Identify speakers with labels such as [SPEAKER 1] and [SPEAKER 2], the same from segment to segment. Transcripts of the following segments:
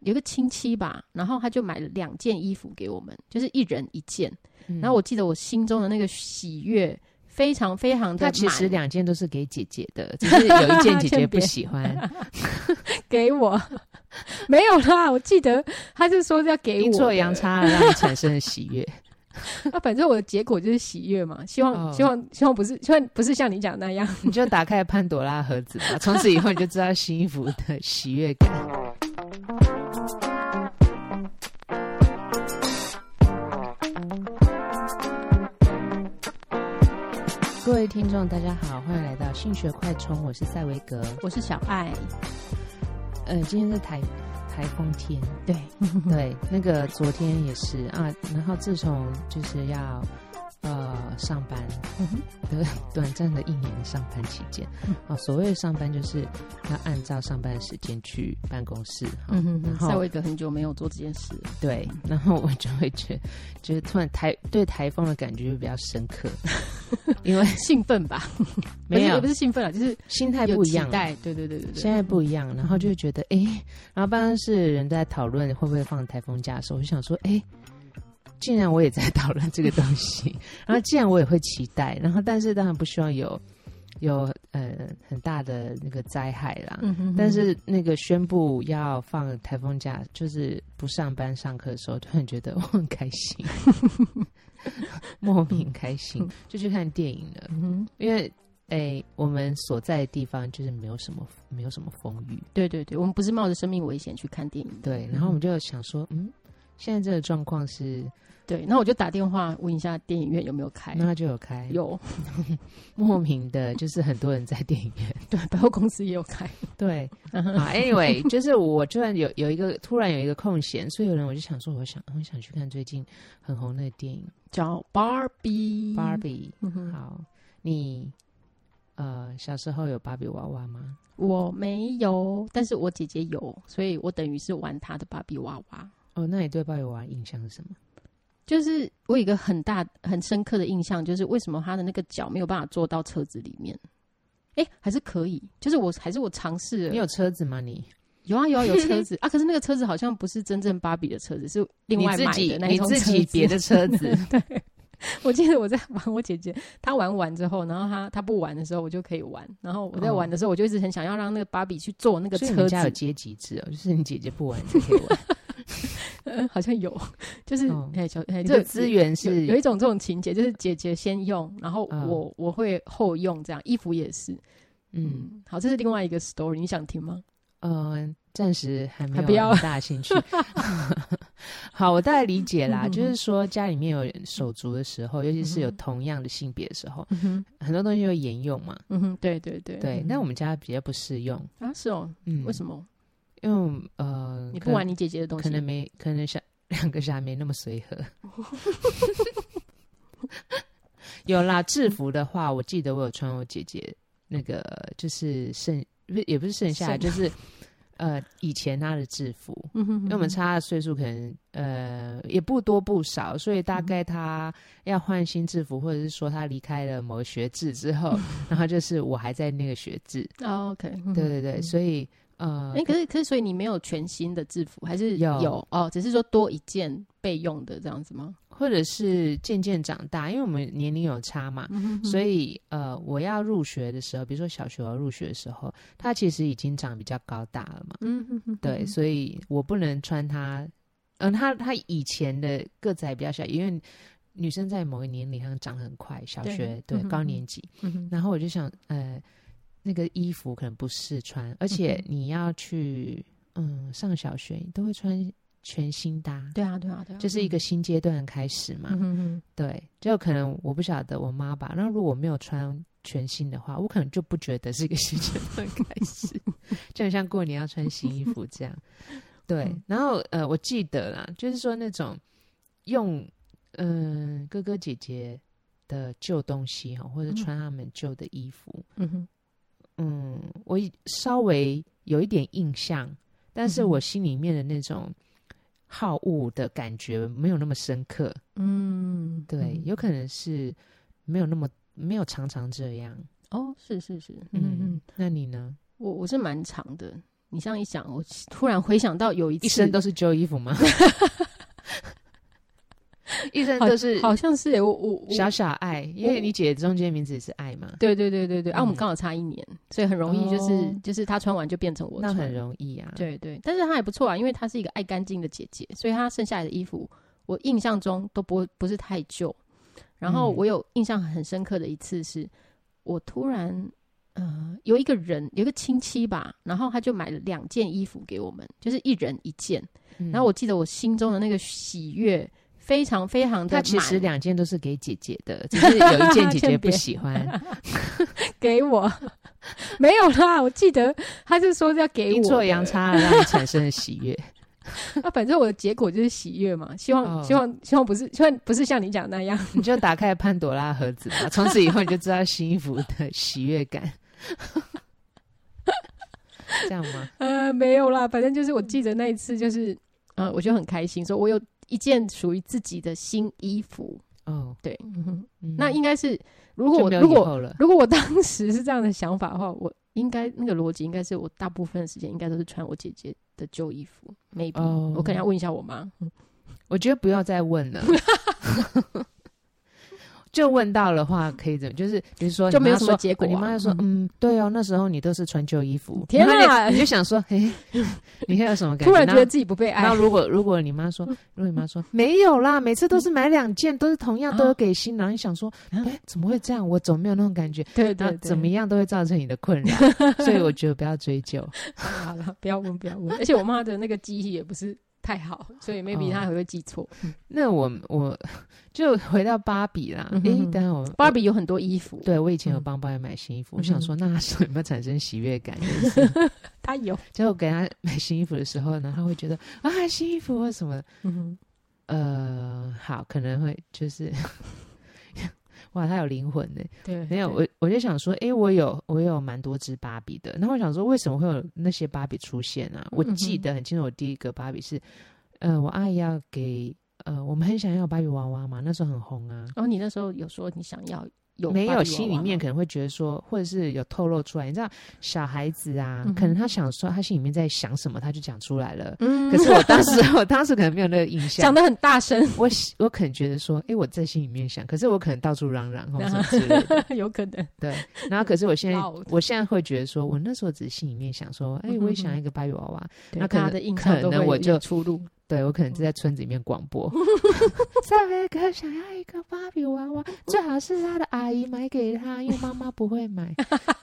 [SPEAKER 1] 有一个亲戚吧，然后他就买了两件衣服给我们，就是一人一件。然后我记得我心中的那个喜悦非常非常的
[SPEAKER 2] 他
[SPEAKER 1] 满，
[SPEAKER 2] 其实两件都是给姐姐的，只是有一件姐姐
[SPEAKER 1] 先别
[SPEAKER 2] 不喜欢，
[SPEAKER 1] 给我 没有啦。我记得他是说要 给
[SPEAKER 2] 阴
[SPEAKER 1] 我
[SPEAKER 2] 错
[SPEAKER 1] 的
[SPEAKER 2] 阳差而让你产生了喜 悦。
[SPEAKER 1] 啊，反正我的结果就是喜悦嘛。希望、
[SPEAKER 2] 哦
[SPEAKER 1] 希望希望不是希望不是像你讲的那样。
[SPEAKER 2] 你就打开潘朵拉盒子吧，从此以后你就知道新衣服的喜悦感。各位听众，大家好，欢迎来到性学快充，我是赛维格。
[SPEAKER 1] 我是小爱，
[SPEAKER 2] 呃，今天是台台风天，
[SPEAKER 1] 对，嗯
[SPEAKER 2] 对，那个昨天也是啊，然后自从就是要呃上班
[SPEAKER 1] 嗯哼嗯
[SPEAKER 2] 的短暂的一年上班期间，啊，所谓的上班就是要按照上班的时间去办公室，哈
[SPEAKER 1] 嗯哼哼，
[SPEAKER 2] 然后
[SPEAKER 1] 塞维格很久没有做这件事了。
[SPEAKER 2] 对，然后我就会觉得，就是突然台对台风的感觉就比较深 刻，因为
[SPEAKER 1] 兴奋吧？不
[SPEAKER 2] 没
[SPEAKER 1] 是
[SPEAKER 2] 有
[SPEAKER 1] 也不是兴奋了，就是
[SPEAKER 2] 心态
[SPEAKER 1] 有
[SPEAKER 2] 不一
[SPEAKER 1] 期
[SPEAKER 2] 样，啊
[SPEAKER 1] 待。对对对对对，
[SPEAKER 2] 现在不一样，然后就觉得哎、诶然后办公室人在讨论会不会放台风假的时候，我就想说，哎、既然我也在讨论这个东西， 然后既然我也会期待，然后但是当然不希望有有呃很大的那个灾害啦。
[SPEAKER 1] 嗯哼哼
[SPEAKER 2] 但是那个宣布要放台风假，就是不上班上课的时候，突然觉得我很开 心，莫名开心，就去看电影了。
[SPEAKER 1] 嗯哼
[SPEAKER 2] 因为诶、我们所在的地方就是没有什么没有什么风雨，
[SPEAKER 1] 对对对，我们不是冒着生命危险去看电影的。
[SPEAKER 2] 对。然后我们就想说，嗯，现在这个状况是，
[SPEAKER 1] 对，那我就打电话问一下电影院有没有开。
[SPEAKER 2] 那它就有开，
[SPEAKER 1] 哎有，
[SPEAKER 2] 莫名的，就是很多人在电影 院，
[SPEAKER 1] 对，百货公司也有开。
[SPEAKER 2] 对。
[SPEAKER 1] 嗯哼
[SPEAKER 2] 啊，anyway，就是我突然有有一个突然有一个空闲，所以有人我就想说，我想我想去看最近很红的电影
[SPEAKER 1] 叫芭比，
[SPEAKER 2] 《芭比
[SPEAKER 1] 嗯》。哼，
[SPEAKER 2] 好，你呃小时候有芭比娃娃吗？
[SPEAKER 1] 我没有，但是我姐姐有，所以我等于是玩她的芭比娃娃。
[SPEAKER 2] 哦，那你对芭比娃娃印象是什么？
[SPEAKER 1] 就是我有一个很大、很深刻的印象，就是为什么她的那个脚没有办法坐到车子里面？哎、还是可以，就是我还是我尝试了
[SPEAKER 2] 你，有车子吗？你？
[SPEAKER 1] 有啊有啊有车 子啊，可是那个车子好像不是真正芭比的车子，是另外
[SPEAKER 2] 你自
[SPEAKER 1] 买
[SPEAKER 2] 己
[SPEAKER 1] 的那一
[SPEAKER 2] 你
[SPEAKER 1] 种
[SPEAKER 2] 自己
[SPEAKER 1] 车子
[SPEAKER 2] 别的车子，
[SPEAKER 1] 我记得我在玩我姐姐，她玩完之后，然后她她不玩的时候，我就可以玩。然后我在玩的时候，我就一直很想要让那个芭比去坐那个
[SPEAKER 2] 哦所以你
[SPEAKER 1] 车
[SPEAKER 2] 们家有
[SPEAKER 1] 子，
[SPEAKER 2] 阶级制哦，就是你姐姐不玩，你可以玩。
[SPEAKER 1] 呃 好像有， 就是
[SPEAKER 2] 哦
[SPEAKER 1] 哎小哎
[SPEAKER 2] 你
[SPEAKER 1] 这
[SPEAKER 2] 的资源
[SPEAKER 1] 有
[SPEAKER 2] 是
[SPEAKER 1] 有一种这种情节，就是姐姐先用，然后我我会后用，这样衣服也是。
[SPEAKER 2] 嗯
[SPEAKER 1] 嗯，好，这是另外一个 story，你想听吗？
[SPEAKER 2] 呃，暂时还没
[SPEAKER 1] 还不
[SPEAKER 2] 有
[SPEAKER 1] 要
[SPEAKER 2] 很 大兴趣。好，我大概理解啦，
[SPEAKER 1] 嗯
[SPEAKER 2] 就是说家里面有人手足的时候，尤其是有同样的性别的时候，
[SPEAKER 1] 嗯哼，
[SPEAKER 2] 很多东西会沿用嘛。
[SPEAKER 1] 嗯哼，对对对
[SPEAKER 2] 对，那我们家比较不适用，
[SPEAKER 1] 啊是哦，
[SPEAKER 2] 嗯，
[SPEAKER 1] 为什么
[SPEAKER 2] 么？因为呃，
[SPEAKER 1] 你不
[SPEAKER 2] 可
[SPEAKER 1] 玩你姐姐的东西？
[SPEAKER 2] 可能没，可能小两个小孩没那么随 和。有啦，制服的话，我记得我有穿我姐姐那个，就是剩不是也不是剩下，
[SPEAKER 1] 剩
[SPEAKER 2] 就是呃以前她的制服，
[SPEAKER 1] 嗯哼，
[SPEAKER 2] 因为我们差的岁数可能呃也不多不少，所以
[SPEAKER 1] 嗯
[SPEAKER 2] 大概她要换新制服，或者是说她离开了某学制之 后，然后就是我还在那个学制，
[SPEAKER 1] 哦 OK，嗯哼
[SPEAKER 2] 对对对，所以呃
[SPEAKER 1] 哎、可是可是，所以你没有全新的制服，还是
[SPEAKER 2] 有
[SPEAKER 1] 哦？只是说多一件备用的这样子吗？
[SPEAKER 2] 或者是渐渐长大，因为我们年龄有差
[SPEAKER 1] 嗯
[SPEAKER 2] 嘛，所以呃，我要入学的时候，比如说小学我要入学的时候，他其实已经长比较高大了嘛，
[SPEAKER 1] 嗯哼哼，
[SPEAKER 2] 对，所以我不能穿他，嗯、他他以前的个子还比较小，因为女生在某个年龄上长很快，小
[SPEAKER 1] 对
[SPEAKER 2] 学对
[SPEAKER 1] 嗯哼
[SPEAKER 2] 高
[SPEAKER 1] 哼
[SPEAKER 2] 年级，
[SPEAKER 1] 嗯哼
[SPEAKER 2] 然后我就想呃，那个衣服可能不适穿，而且
[SPEAKER 1] 嗯
[SPEAKER 2] 你要去嗯上小学，你都会穿全新搭，
[SPEAKER 1] 对啊，对啊，对啊，
[SPEAKER 2] 就是一个新阶段的开始嘛。
[SPEAKER 1] 嗯哼哼，
[SPEAKER 2] 对，就可能我不晓得我妈吧。那如果我没有穿全新的话，我可能就不觉得是一个新阶段开始， 就很像过年要穿新衣服这样。对，
[SPEAKER 1] 嗯
[SPEAKER 2] 然后呃，我记得啦，就是说那种用嗯、呃哥哥姐姐的旧东西哈，或者
[SPEAKER 1] 嗯
[SPEAKER 2] 穿他们旧的衣服，
[SPEAKER 1] 嗯哼，
[SPEAKER 2] 嗯，我以稍微有一点印象，但是
[SPEAKER 1] 嗯哼
[SPEAKER 2] 我心里面的那种好恶的感觉没有那么深刻。
[SPEAKER 1] 嗯，
[SPEAKER 2] 对，有可能是没有那么没有常常这样。
[SPEAKER 1] 哦，是是是，嗯
[SPEAKER 2] 嗯
[SPEAKER 1] 嗯，，
[SPEAKER 2] 那你呢？
[SPEAKER 1] 我我是蛮长的，你这样一想，我突然回想到有一次，
[SPEAKER 2] 一身都是旧衣服 吗？一身都是
[SPEAKER 1] 好像是耶我我我
[SPEAKER 2] 小小爱，因为你姐中间名字也是爱嘛，
[SPEAKER 1] 对对对对对，啊，
[SPEAKER 2] 嗯
[SPEAKER 1] 我们刚好差一年，所以很容易就是、
[SPEAKER 2] 哦
[SPEAKER 1] 就是她穿完就变成我
[SPEAKER 2] 那
[SPEAKER 1] 穿，
[SPEAKER 2] 很容易啊。，
[SPEAKER 1] 对对，但是她也不错啊，因为她是一个爱干净的姐姐，所以她剩下来的衣服，我印象中都不不是太旧。然后
[SPEAKER 2] 嗯
[SPEAKER 1] 我有印象很深刻的一次是，我突然呃有一个人有一个亲戚吧，然后他就买了两件衣服给我们，就是一人一件。
[SPEAKER 2] 嗯
[SPEAKER 1] 然后我记得我心中的那个喜悦非常非常的
[SPEAKER 2] 那
[SPEAKER 1] 满，
[SPEAKER 2] 其实两件都是给姐姐的，只是有 一件姐姐
[SPEAKER 1] 欠
[SPEAKER 2] 不
[SPEAKER 1] 扁
[SPEAKER 2] 喜欢，
[SPEAKER 1] 给我 没有啦，我记得他是说要给
[SPEAKER 2] 阴
[SPEAKER 1] 我
[SPEAKER 2] 错
[SPEAKER 1] 的
[SPEAKER 2] 阳差而让你产生了喜悦。
[SPEAKER 1] 啊，反正我的结果就是喜悦嘛，希望、
[SPEAKER 2] 哦
[SPEAKER 1] 希望希望不是希望不是像你讲那样，
[SPEAKER 2] 你就打开潘朵拉盒子吧，从此以后你就知道新衣服的喜悦感。 这样吗？
[SPEAKER 1] 呃，没有啦，反正就是我记得那一次就是，呃，我就很开心，说我有一件属于自己的新衣服，
[SPEAKER 2] 哦，
[SPEAKER 1] 对，嗯哼
[SPEAKER 2] 嗯
[SPEAKER 1] 那应该是如果
[SPEAKER 2] 就
[SPEAKER 1] 我
[SPEAKER 2] 没有
[SPEAKER 1] 如
[SPEAKER 2] 以
[SPEAKER 1] 果
[SPEAKER 2] 后了，
[SPEAKER 1] 如果我当时是这样的想法的话，我应该那个逻辑应该是我大部分的时间应该都是穿我姐姐的旧衣服，maybe、
[SPEAKER 2] 哦
[SPEAKER 1] 我可能要问一下我妈，
[SPEAKER 2] 我觉得不要再 问了。就问到的话，可以怎么？就是比如说，
[SPEAKER 1] 就
[SPEAKER 2] 你
[SPEAKER 1] 没有
[SPEAKER 2] 妈
[SPEAKER 1] 什么
[SPEAKER 2] 说
[SPEAKER 1] 结果啊
[SPEAKER 2] 你妈就说：“嗯，对哦，那时候你都是穿旧衣服。”
[SPEAKER 1] 天啊
[SPEAKER 2] 然后你你就想说：“嘿， 你会有什么感
[SPEAKER 1] 突然觉得
[SPEAKER 2] 觉
[SPEAKER 1] 自己不嗯被？”
[SPEAKER 2] 然后，然
[SPEAKER 1] 爱
[SPEAKER 2] 后，如果如果你妈说，如果你妈说没有啦，每次都是买两件，都是同样都
[SPEAKER 1] 嗯
[SPEAKER 2] 有给新，然后你想说：“哎，怎么会这样？我怎么没有那种感觉？”
[SPEAKER 1] 对嗯对
[SPEAKER 2] 那
[SPEAKER 1] 对，
[SPEAKER 2] 怎么样都会造成你的困扰，所以我觉得不要追究。
[SPEAKER 1] 好了，不要问，不要问。而且我妈的那个记忆也不是太好，所以 maybe
[SPEAKER 2] 哦
[SPEAKER 1] 她还会记错。
[SPEAKER 2] 那我我就回到芭比啦，
[SPEAKER 1] 嗯
[SPEAKER 2] 诶、
[SPEAKER 1] 哼哼
[SPEAKER 2] 当然我
[SPEAKER 1] 芭比有嗯很多衣服，
[SPEAKER 2] 对我以前有帮芭比买新衣服，我想说那她是有没有产生喜悦感？也是
[SPEAKER 1] 她有，
[SPEAKER 2] 结果给她买新衣服的时候呢，她会觉得啊新衣服或什么，
[SPEAKER 1] 嗯，
[SPEAKER 2] 呃，好可能会就是 哇，她有灵魂呢。
[SPEAKER 1] 对，
[SPEAKER 2] 没有，
[SPEAKER 1] 对
[SPEAKER 2] 我我就想说，诶，我有我有蛮多只芭比的，然后我想说，为什么会有那些芭比出现啊？
[SPEAKER 1] 嗯
[SPEAKER 2] 我记得很清楚，我第一个芭比是，呃，我阿姨要给，呃，我们很想要芭比娃娃嘛，那时候很红啊。
[SPEAKER 1] 然后哦你那时候有说你想要有
[SPEAKER 2] 没
[SPEAKER 1] 芭比
[SPEAKER 2] 有，
[SPEAKER 1] 娃
[SPEAKER 2] 心
[SPEAKER 1] 娃
[SPEAKER 2] 里面
[SPEAKER 1] 吗
[SPEAKER 2] 可能会觉得说，或者是有透露出来，你知道，小孩子啊，
[SPEAKER 1] 嗯哼
[SPEAKER 2] 可能他想说，他心里面在想什么，他就讲出来了。
[SPEAKER 1] 嗯，
[SPEAKER 2] 可是我当时，我当时可能没有那个印象
[SPEAKER 1] 讲，的很大声，
[SPEAKER 2] 我我可能觉得说，诶，我在心里面想，可是我可能到处嚷嚷或什么之 类的。
[SPEAKER 1] 有可能
[SPEAKER 2] 对，然后可是我现在
[SPEAKER 1] Loud，
[SPEAKER 2] 我现在会觉得说，我那时候只是心里面想说，哎、
[SPEAKER 1] 嗯哼
[SPEAKER 2] 我也想要一个芭比娃娃，
[SPEAKER 1] 对
[SPEAKER 2] 那可能
[SPEAKER 1] 大家的印象都
[SPEAKER 2] 可
[SPEAKER 1] 会
[SPEAKER 2] 能我
[SPEAKER 1] 有点
[SPEAKER 2] 就
[SPEAKER 1] 出入。
[SPEAKER 2] 对我可能是在村子里面广 播，再来一个想要一个芭比娃娃，最好是他的阿姨买给他，因为妈妈不会 买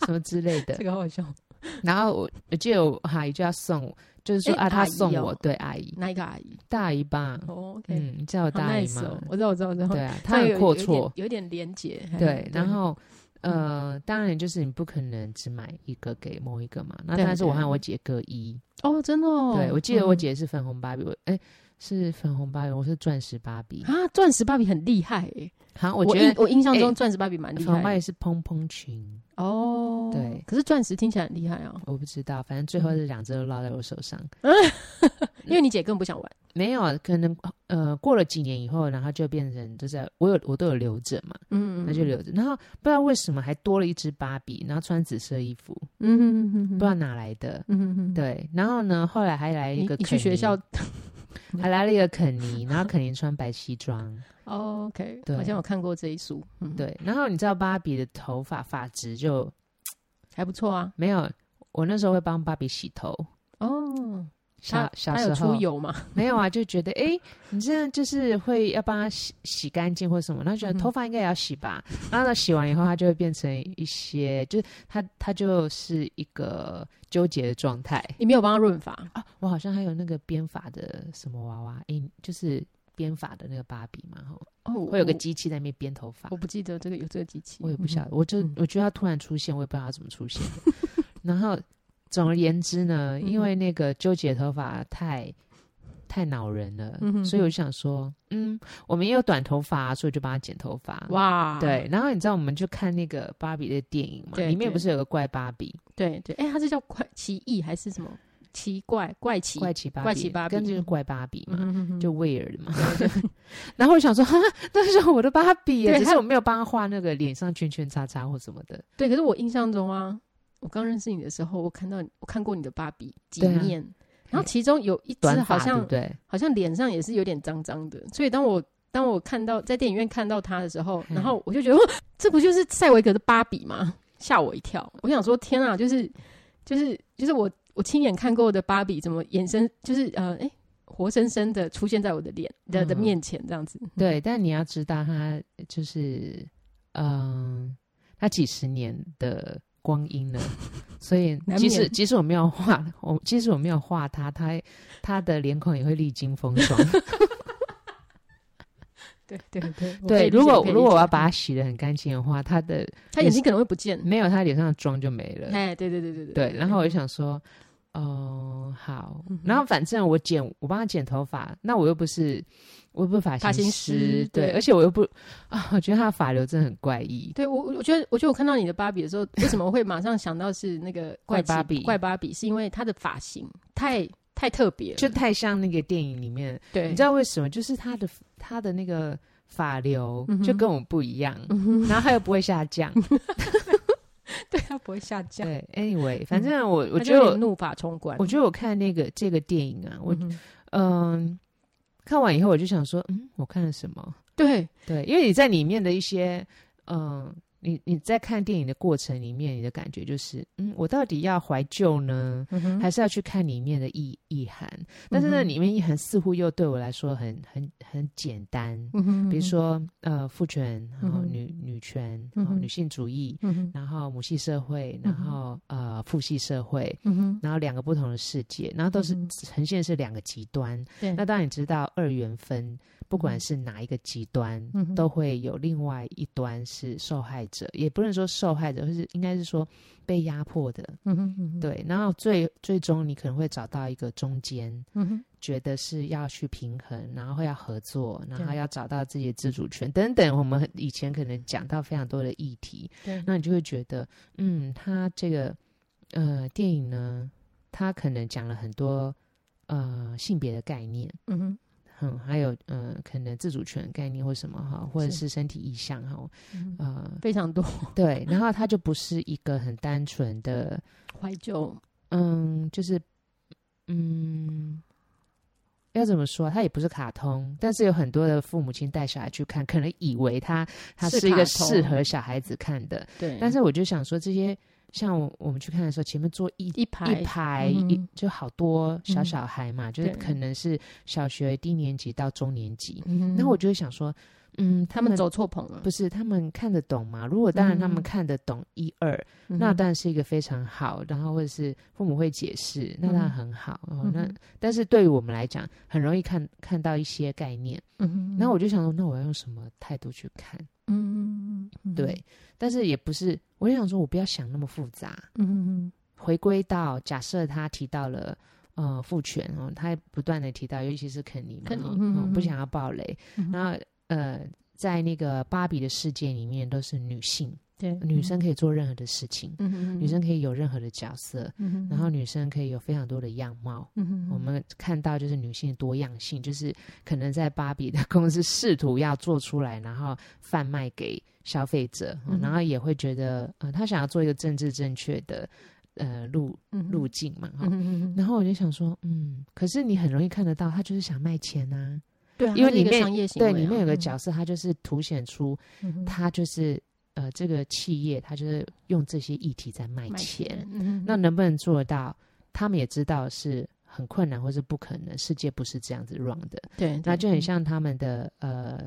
[SPEAKER 2] 什么之类的
[SPEAKER 1] 这。个好笑，
[SPEAKER 2] 然后我我记得我阿姨就要送我，就是说、
[SPEAKER 1] 哎
[SPEAKER 2] 啊，
[SPEAKER 1] 阿
[SPEAKER 2] 她
[SPEAKER 1] 姨
[SPEAKER 2] 送
[SPEAKER 1] 哦
[SPEAKER 2] 我对阿姨
[SPEAKER 1] 哪一个阿姨
[SPEAKER 2] 大阿姨吧，
[SPEAKER 1] 哦？OK，
[SPEAKER 2] 嗯，你知道我
[SPEAKER 1] 好
[SPEAKER 2] 大阿姨
[SPEAKER 1] nice
[SPEAKER 2] 吗？
[SPEAKER 1] 哦，我知道，我知道，我知道。
[SPEAKER 2] 对啊，她
[SPEAKER 1] 这个
[SPEAKER 2] 很
[SPEAKER 1] 有
[SPEAKER 2] 阔
[SPEAKER 1] 有一点
[SPEAKER 2] 绰，
[SPEAKER 1] 有点连结。嘿
[SPEAKER 2] 对，然后
[SPEAKER 1] 嗯
[SPEAKER 2] 呃，当然就是你不可能只买一个给某一个嘛。那
[SPEAKER 1] 对
[SPEAKER 2] 但是
[SPEAKER 1] 对
[SPEAKER 2] 我和我姐各一，
[SPEAKER 1] 哦，真的哦，
[SPEAKER 2] 对我记得我
[SPEAKER 1] 嗯
[SPEAKER 2] 姐是粉红芭比，我哎是粉红芭比，我是钻石芭比。
[SPEAKER 1] 啊，钻石芭比很厉害耶，
[SPEAKER 2] 好，
[SPEAKER 1] 我
[SPEAKER 2] 我觉
[SPEAKER 1] 印
[SPEAKER 2] 得
[SPEAKER 1] 我印象
[SPEAKER 2] 哎
[SPEAKER 1] 中钻石芭比蛮厉
[SPEAKER 2] 粉红芭
[SPEAKER 1] 害
[SPEAKER 2] 比
[SPEAKER 1] 的
[SPEAKER 2] 是蓬蓬裙，
[SPEAKER 1] 哦。
[SPEAKER 2] 对
[SPEAKER 1] 可是钻石听起来很厉害啊，
[SPEAKER 2] 我不知道，反正最
[SPEAKER 1] 嗯
[SPEAKER 2] 后是两只都落在我手上。
[SPEAKER 1] 因为你姐根本不想玩。
[SPEAKER 2] 没有，啊可能呃过了几年以后，然后就变成就是我有我都有留着嘛，
[SPEAKER 1] 嗯，
[SPEAKER 2] 那就留着。然后不知道为什么还多了一只芭比，然后穿紫色衣服，
[SPEAKER 1] 嗯嗯嗯
[SPEAKER 2] 不
[SPEAKER 1] 嗯
[SPEAKER 2] 知道哪来的。
[SPEAKER 1] 嗯嗯，
[SPEAKER 2] 对，然后呢，后来还来
[SPEAKER 1] 你
[SPEAKER 2] 一个
[SPEAKER 1] 你去
[SPEAKER 2] 肯
[SPEAKER 1] 学
[SPEAKER 2] 尼
[SPEAKER 1] 校
[SPEAKER 2] 还来了一个肯尼， 然后肯尼穿白西装，
[SPEAKER 1] 哦，OK，
[SPEAKER 2] 对
[SPEAKER 1] 好像有看过这一书，嗯，，
[SPEAKER 2] 对，然后你知道芭比的头发发质就
[SPEAKER 1] 还不错啊。
[SPEAKER 2] 没有，我那时候会帮芭比洗头，
[SPEAKER 1] 哦，
[SPEAKER 2] 小
[SPEAKER 1] 她
[SPEAKER 2] 小
[SPEAKER 1] 她
[SPEAKER 2] 时
[SPEAKER 1] 有
[SPEAKER 2] 候
[SPEAKER 1] 出油嘛？
[SPEAKER 2] 没有啊，就觉得哎、诶你这样就是会要帮她洗洗干净或什么，然后觉得
[SPEAKER 1] 嗯
[SPEAKER 2] 头发应该也要洗吧，然后呢洗完以后，它就会变成一些，就是它它就是一个纠结的状态
[SPEAKER 1] 你没有帮她润发？
[SPEAKER 2] 啊，我好像还有那个编发的什么娃娃，诶、就是编发的那个芭比嘛，吼，
[SPEAKER 1] 哦，我
[SPEAKER 2] 会有个
[SPEAKER 1] 我
[SPEAKER 2] 机器在那边编头发
[SPEAKER 1] 我，不记得这个有这个机器，
[SPEAKER 2] 我也不晓
[SPEAKER 1] 嗯
[SPEAKER 2] 得，我就
[SPEAKER 1] 嗯
[SPEAKER 2] 我觉得他突然出现，我也不知道他怎么出现的。 然后，总而言之呢，
[SPEAKER 1] 嗯
[SPEAKER 2] 因为那个纠结头发太太恼人了，
[SPEAKER 1] 嗯哼
[SPEAKER 2] 所以我就想说，嗯，我们也有短头发，啊所以我就帮他剪头发。
[SPEAKER 1] 哼。哇，
[SPEAKER 2] 对，然后你知道我们就看那个芭比的电影嘛，
[SPEAKER 1] 对
[SPEAKER 2] 里面
[SPEAKER 1] 对
[SPEAKER 2] 不是有个怪芭比、
[SPEAKER 1] 对对，哎，它是叫怪奇异还是什么奇怪怪奇？
[SPEAKER 2] 怪奇芭比、
[SPEAKER 1] 怪奇芭比
[SPEAKER 2] 跟就是怪芭比嘛，
[SPEAKER 1] 嗯，
[SPEAKER 2] 就威尔的嘛。 然后我想说，哈，那是我的芭比耶，
[SPEAKER 1] 对啊
[SPEAKER 2] 只
[SPEAKER 1] 他
[SPEAKER 2] 是我没有帮他画那个脸上圈圈叉叉或什么的。
[SPEAKER 1] 对，可是我印象中啊，我刚认识你的时候，我看到我看过你的芭比几
[SPEAKER 2] 对啊
[SPEAKER 1] 面，然后其中有一只
[SPEAKER 2] 短
[SPEAKER 1] 好
[SPEAKER 2] 发对
[SPEAKER 1] 像
[SPEAKER 2] 不对？
[SPEAKER 1] 好像脸上也是有点脏脏的，所以当我当我看到在电影院看到他的时候，
[SPEAKER 2] 嗯
[SPEAKER 1] 然后我就觉得，哇这不就是塞维格的芭比吗？吓我一跳！我想说，天啊，就是就是就是我我亲眼看过的芭比，怎么衍生就是呃，哎、活生生的出现在我的脸的的
[SPEAKER 2] 嗯
[SPEAKER 1] 面前这样子。
[SPEAKER 2] 对，但你要知道，他就是嗯，他几十年的光 阴了，所以
[SPEAKER 1] 难
[SPEAKER 2] 即使
[SPEAKER 1] 免
[SPEAKER 2] 即使我没有画，我即使我没有画他，他他的脸孔也会历经风霜。
[SPEAKER 1] 对对对
[SPEAKER 2] 对，如果如果我要把
[SPEAKER 1] 他
[SPEAKER 2] 它洗得很干净的话，他的
[SPEAKER 1] 他眼睛可能会不见。
[SPEAKER 2] 没有他脸上的妆就没了。
[SPEAKER 1] 哎，对对对对对
[SPEAKER 2] 对，然后我就想说，哦、好
[SPEAKER 1] 嗯，哼
[SPEAKER 2] 然后反正我剪，我帮他剪头发，那我又不是，我又不是发
[SPEAKER 1] 发
[SPEAKER 2] 型
[SPEAKER 1] 型师
[SPEAKER 2] 对，
[SPEAKER 1] 对
[SPEAKER 2] 而且我又不啊，我觉得他的发流真的很怪异，
[SPEAKER 1] 对我，我觉得，我觉得我看到你的芭比的时候，为什么会马上想到是那个
[SPEAKER 2] 怪
[SPEAKER 1] 奇
[SPEAKER 2] 芭比
[SPEAKER 1] 怪芭比，是因为她的发型太太特别了，
[SPEAKER 2] 就太像那个电影里面，
[SPEAKER 1] 对，
[SPEAKER 2] 你知道为什么？就是他的他的那个发流
[SPEAKER 1] 嗯哼嗯
[SPEAKER 2] 就跟我不一样，然后他又不会下 降。
[SPEAKER 1] 对她不会下降，
[SPEAKER 2] 对，anyway，反正我我
[SPEAKER 1] 她嗯就
[SPEAKER 2] 觉得
[SPEAKER 1] 有点
[SPEAKER 2] 我
[SPEAKER 1] 怒发冲冠。
[SPEAKER 2] 我觉得我看那个这个电影啊，我
[SPEAKER 1] 嗯哼
[SPEAKER 2] 嗯，看完以后我就想说，嗯，我看了什么？
[SPEAKER 1] 对
[SPEAKER 2] 对，因为你在里面的一些，嗯，你你在看电影的过程里面，你的感觉就是，嗯，我到底要怀旧呢，还是要去看里面的意意涵？嗯但
[SPEAKER 1] 嗯
[SPEAKER 2] 是呢，
[SPEAKER 1] 哼
[SPEAKER 2] 里面意涵似乎又对我来说很很很简单，
[SPEAKER 1] 嗯哼，
[SPEAKER 2] 比如说呃，父权，然后
[SPEAKER 1] 嗯哼
[SPEAKER 2] 女、女权，然
[SPEAKER 1] 嗯
[SPEAKER 2] 后
[SPEAKER 1] 哼
[SPEAKER 2] 女性主义，
[SPEAKER 1] 嗯哼，
[SPEAKER 2] 然后母系社会，然
[SPEAKER 1] 嗯哼
[SPEAKER 2] 后、呃父系社会，
[SPEAKER 1] 嗯哼，
[SPEAKER 2] 然后两个不同的世界，然后都是
[SPEAKER 1] 嗯
[SPEAKER 2] 呈现是两个极端。
[SPEAKER 1] 对
[SPEAKER 2] 那当然你知道二元分，不管是哪一个极端，
[SPEAKER 1] 嗯哼
[SPEAKER 2] 都会有另外一端是受害者，也不能说受害者，就是应该是说被压迫的。
[SPEAKER 1] 嗯哼，嗯哼，
[SPEAKER 2] 对，然后最最终你可能会找到一个中间，
[SPEAKER 1] 嗯哼，
[SPEAKER 2] 觉得是要去平衡，然后要合作，然后
[SPEAKER 1] 对
[SPEAKER 2] 要找到自己的自主权等等。我们以前可能讲到非常多的议题，
[SPEAKER 1] 对，
[SPEAKER 2] 那你就会觉得，嗯，他这个呃电影呢，他可能讲了很多呃性别的概念，
[SPEAKER 1] 嗯哼，
[SPEAKER 2] 嗯，还有呃可能自主权概念或什么哈，或者
[SPEAKER 1] 是
[SPEAKER 2] 是身体意向哈，
[SPEAKER 1] 嗯哼
[SPEAKER 2] 呃
[SPEAKER 1] 非常多
[SPEAKER 2] 对，然后他就不是一个很单纯的，
[SPEAKER 1] 怀旧，
[SPEAKER 2] 嗯，就是嗯。要怎么说？啊它也不是卡通，但是有很多的父母亲带小孩去看，可能以为它它
[SPEAKER 1] 是
[SPEAKER 2] 是一个
[SPEAKER 1] 卡通嗯
[SPEAKER 2] 适合小孩子看的，
[SPEAKER 1] 对，
[SPEAKER 2] 但是我就想说，这些像我我们去看的时候，前面坐一
[SPEAKER 1] 一排
[SPEAKER 2] 一排、
[SPEAKER 1] 嗯
[SPEAKER 2] 一就好多小
[SPEAKER 1] 嗯
[SPEAKER 2] 小孩嘛，就是
[SPEAKER 1] 对
[SPEAKER 2] 可能是小学低年级到中年级，
[SPEAKER 1] 嗯哼，
[SPEAKER 2] 然后我就会想说，嗯，
[SPEAKER 1] 他
[SPEAKER 2] 他
[SPEAKER 1] 们
[SPEAKER 2] 们。
[SPEAKER 1] 走错棚了
[SPEAKER 2] 不，是他们看得懂吗？如果当然他们
[SPEAKER 1] 嗯
[SPEAKER 2] 看得懂一二，
[SPEAKER 1] 嗯哼
[SPEAKER 2] 那当然是一个非常好，然后或者是父母会解释，那当然
[SPEAKER 1] 嗯
[SPEAKER 2] 很好。哦
[SPEAKER 1] 嗯、
[SPEAKER 2] 那
[SPEAKER 1] 哼
[SPEAKER 2] 但是对于我们来讲，很容易看看到一些概念。
[SPEAKER 1] 嗯哼，
[SPEAKER 2] 那我就想说，那我要用什么态度去看？
[SPEAKER 1] 嗯，嗯嗯嗯，嗯，
[SPEAKER 2] 对，但是也不是，我就想说，我不要想那么复杂。
[SPEAKER 1] 嗯哼嗯
[SPEAKER 2] 回归到假设他提到了呃父权哦，他不断的提到，尤其是肯尼嘛，
[SPEAKER 1] 肯尼
[SPEAKER 2] 哦
[SPEAKER 1] 嗯嗯
[SPEAKER 2] 哦不
[SPEAKER 1] 嗯
[SPEAKER 2] 想要暴雷，
[SPEAKER 1] 嗯
[SPEAKER 2] 然后呃。在那个芭比的世界里面，都是女性，
[SPEAKER 1] 对，
[SPEAKER 2] 女生可以做任何的事情，
[SPEAKER 1] 嗯嗯，嗯哼，
[SPEAKER 2] 女生可以有任何的角色，
[SPEAKER 1] 嗯哼，
[SPEAKER 2] 然后女生可以有非常多的样貌。
[SPEAKER 1] 嗯哼，
[SPEAKER 2] 我们看到就是女性的多样性，就是可能在芭比的 公司试图要做出来，然后贩卖给消费者，哦
[SPEAKER 1] 嗯哼
[SPEAKER 2] 然后也会觉得，呃，他想要做一个政治正确的呃路
[SPEAKER 1] 嗯
[SPEAKER 2] 路径嘛，哈、
[SPEAKER 1] 嗯哼嗯哼，
[SPEAKER 2] 然后我就想说，嗯，可是你很容易看得到，他就是想卖钱啊。
[SPEAKER 1] 对啊，
[SPEAKER 2] 因为
[SPEAKER 1] 它是一
[SPEAKER 2] 里
[SPEAKER 1] 个
[SPEAKER 2] 面
[SPEAKER 1] 商业行为
[SPEAKER 2] 对，
[SPEAKER 1] 啊，
[SPEAKER 2] 里面有个
[SPEAKER 1] 嗯
[SPEAKER 2] 角色，他就是凸显出
[SPEAKER 1] 嗯哼
[SPEAKER 2] 他就是呃这个企业，他就是用这些议题在卖
[SPEAKER 1] 卖
[SPEAKER 2] 钱。，
[SPEAKER 1] 嗯
[SPEAKER 2] 那能不能做得到？他们也知道是很困难或是不可能，世界不是这样子 run 的。
[SPEAKER 1] 对，
[SPEAKER 2] 那
[SPEAKER 1] 对
[SPEAKER 2] 就很
[SPEAKER 1] 嗯
[SPEAKER 2] 像他们的呃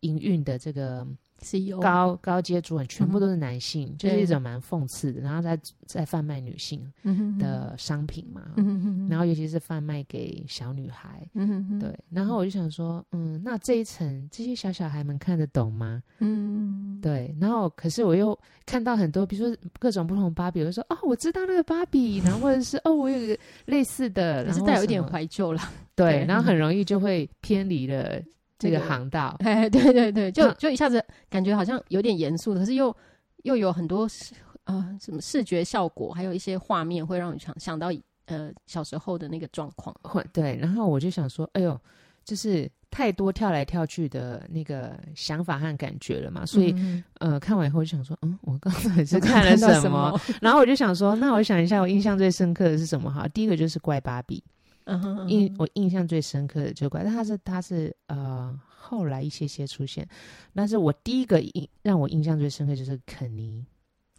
[SPEAKER 2] 营运的这个
[SPEAKER 1] CEO
[SPEAKER 2] 高、高阶主管全部
[SPEAKER 1] 哦嗯哼
[SPEAKER 2] 都是男性，就是一
[SPEAKER 1] 对
[SPEAKER 2] 种蛮讽刺的，然后在在贩卖女性
[SPEAKER 1] 嗯哼，
[SPEAKER 2] 的商品嘛，
[SPEAKER 1] 嗯哼嗯哼，
[SPEAKER 2] 然后尤其是贩卖给小女孩。
[SPEAKER 1] 嗯哼嗯，
[SPEAKER 2] 对，然后我就想说，嗯，那这一层这些小小孩们看得懂吗？
[SPEAKER 1] 嗯，
[SPEAKER 2] 对，然后可是我又看到很多，比如说各种不同芭比，我就说哦，我知道那个芭比，然后或者是哦，我有一个类似的，
[SPEAKER 1] 也
[SPEAKER 2] 然
[SPEAKER 1] 是
[SPEAKER 2] 后
[SPEAKER 1] 带有
[SPEAKER 2] 什
[SPEAKER 1] 一点
[SPEAKER 2] 么
[SPEAKER 1] 怀旧啦。
[SPEAKER 2] 对，
[SPEAKER 1] 对嗯
[SPEAKER 2] 然后很容易就会偏离了这个
[SPEAKER 1] 那个
[SPEAKER 2] 航道。
[SPEAKER 1] 哎，对对对，就
[SPEAKER 2] 那
[SPEAKER 1] 就一下子感觉好像有点严肃，可是又又有很多视呃什么视觉效果，还有一些画面会让你想想到呃小时候的那个状况。
[SPEAKER 2] 会对，然后我就想说，哎呦，就是太多跳来跳去的那个想法和感觉了嘛，所以、
[SPEAKER 1] 嗯
[SPEAKER 2] 呃，看完以后就想说，嗯，我刚才是
[SPEAKER 1] 我
[SPEAKER 2] 看了
[SPEAKER 1] 到
[SPEAKER 2] 什么？？ 然后我就想说，那我想一下，我印象最深刻的是什么？哈，第一个就是怪芭比，
[SPEAKER 1] 嗯哼嗯
[SPEAKER 2] 印
[SPEAKER 1] 哼
[SPEAKER 2] 我印象最深刻的就是怪，但它是它是呃后来一些些出现，但是我第一个印让我印象最深刻就是肯尼，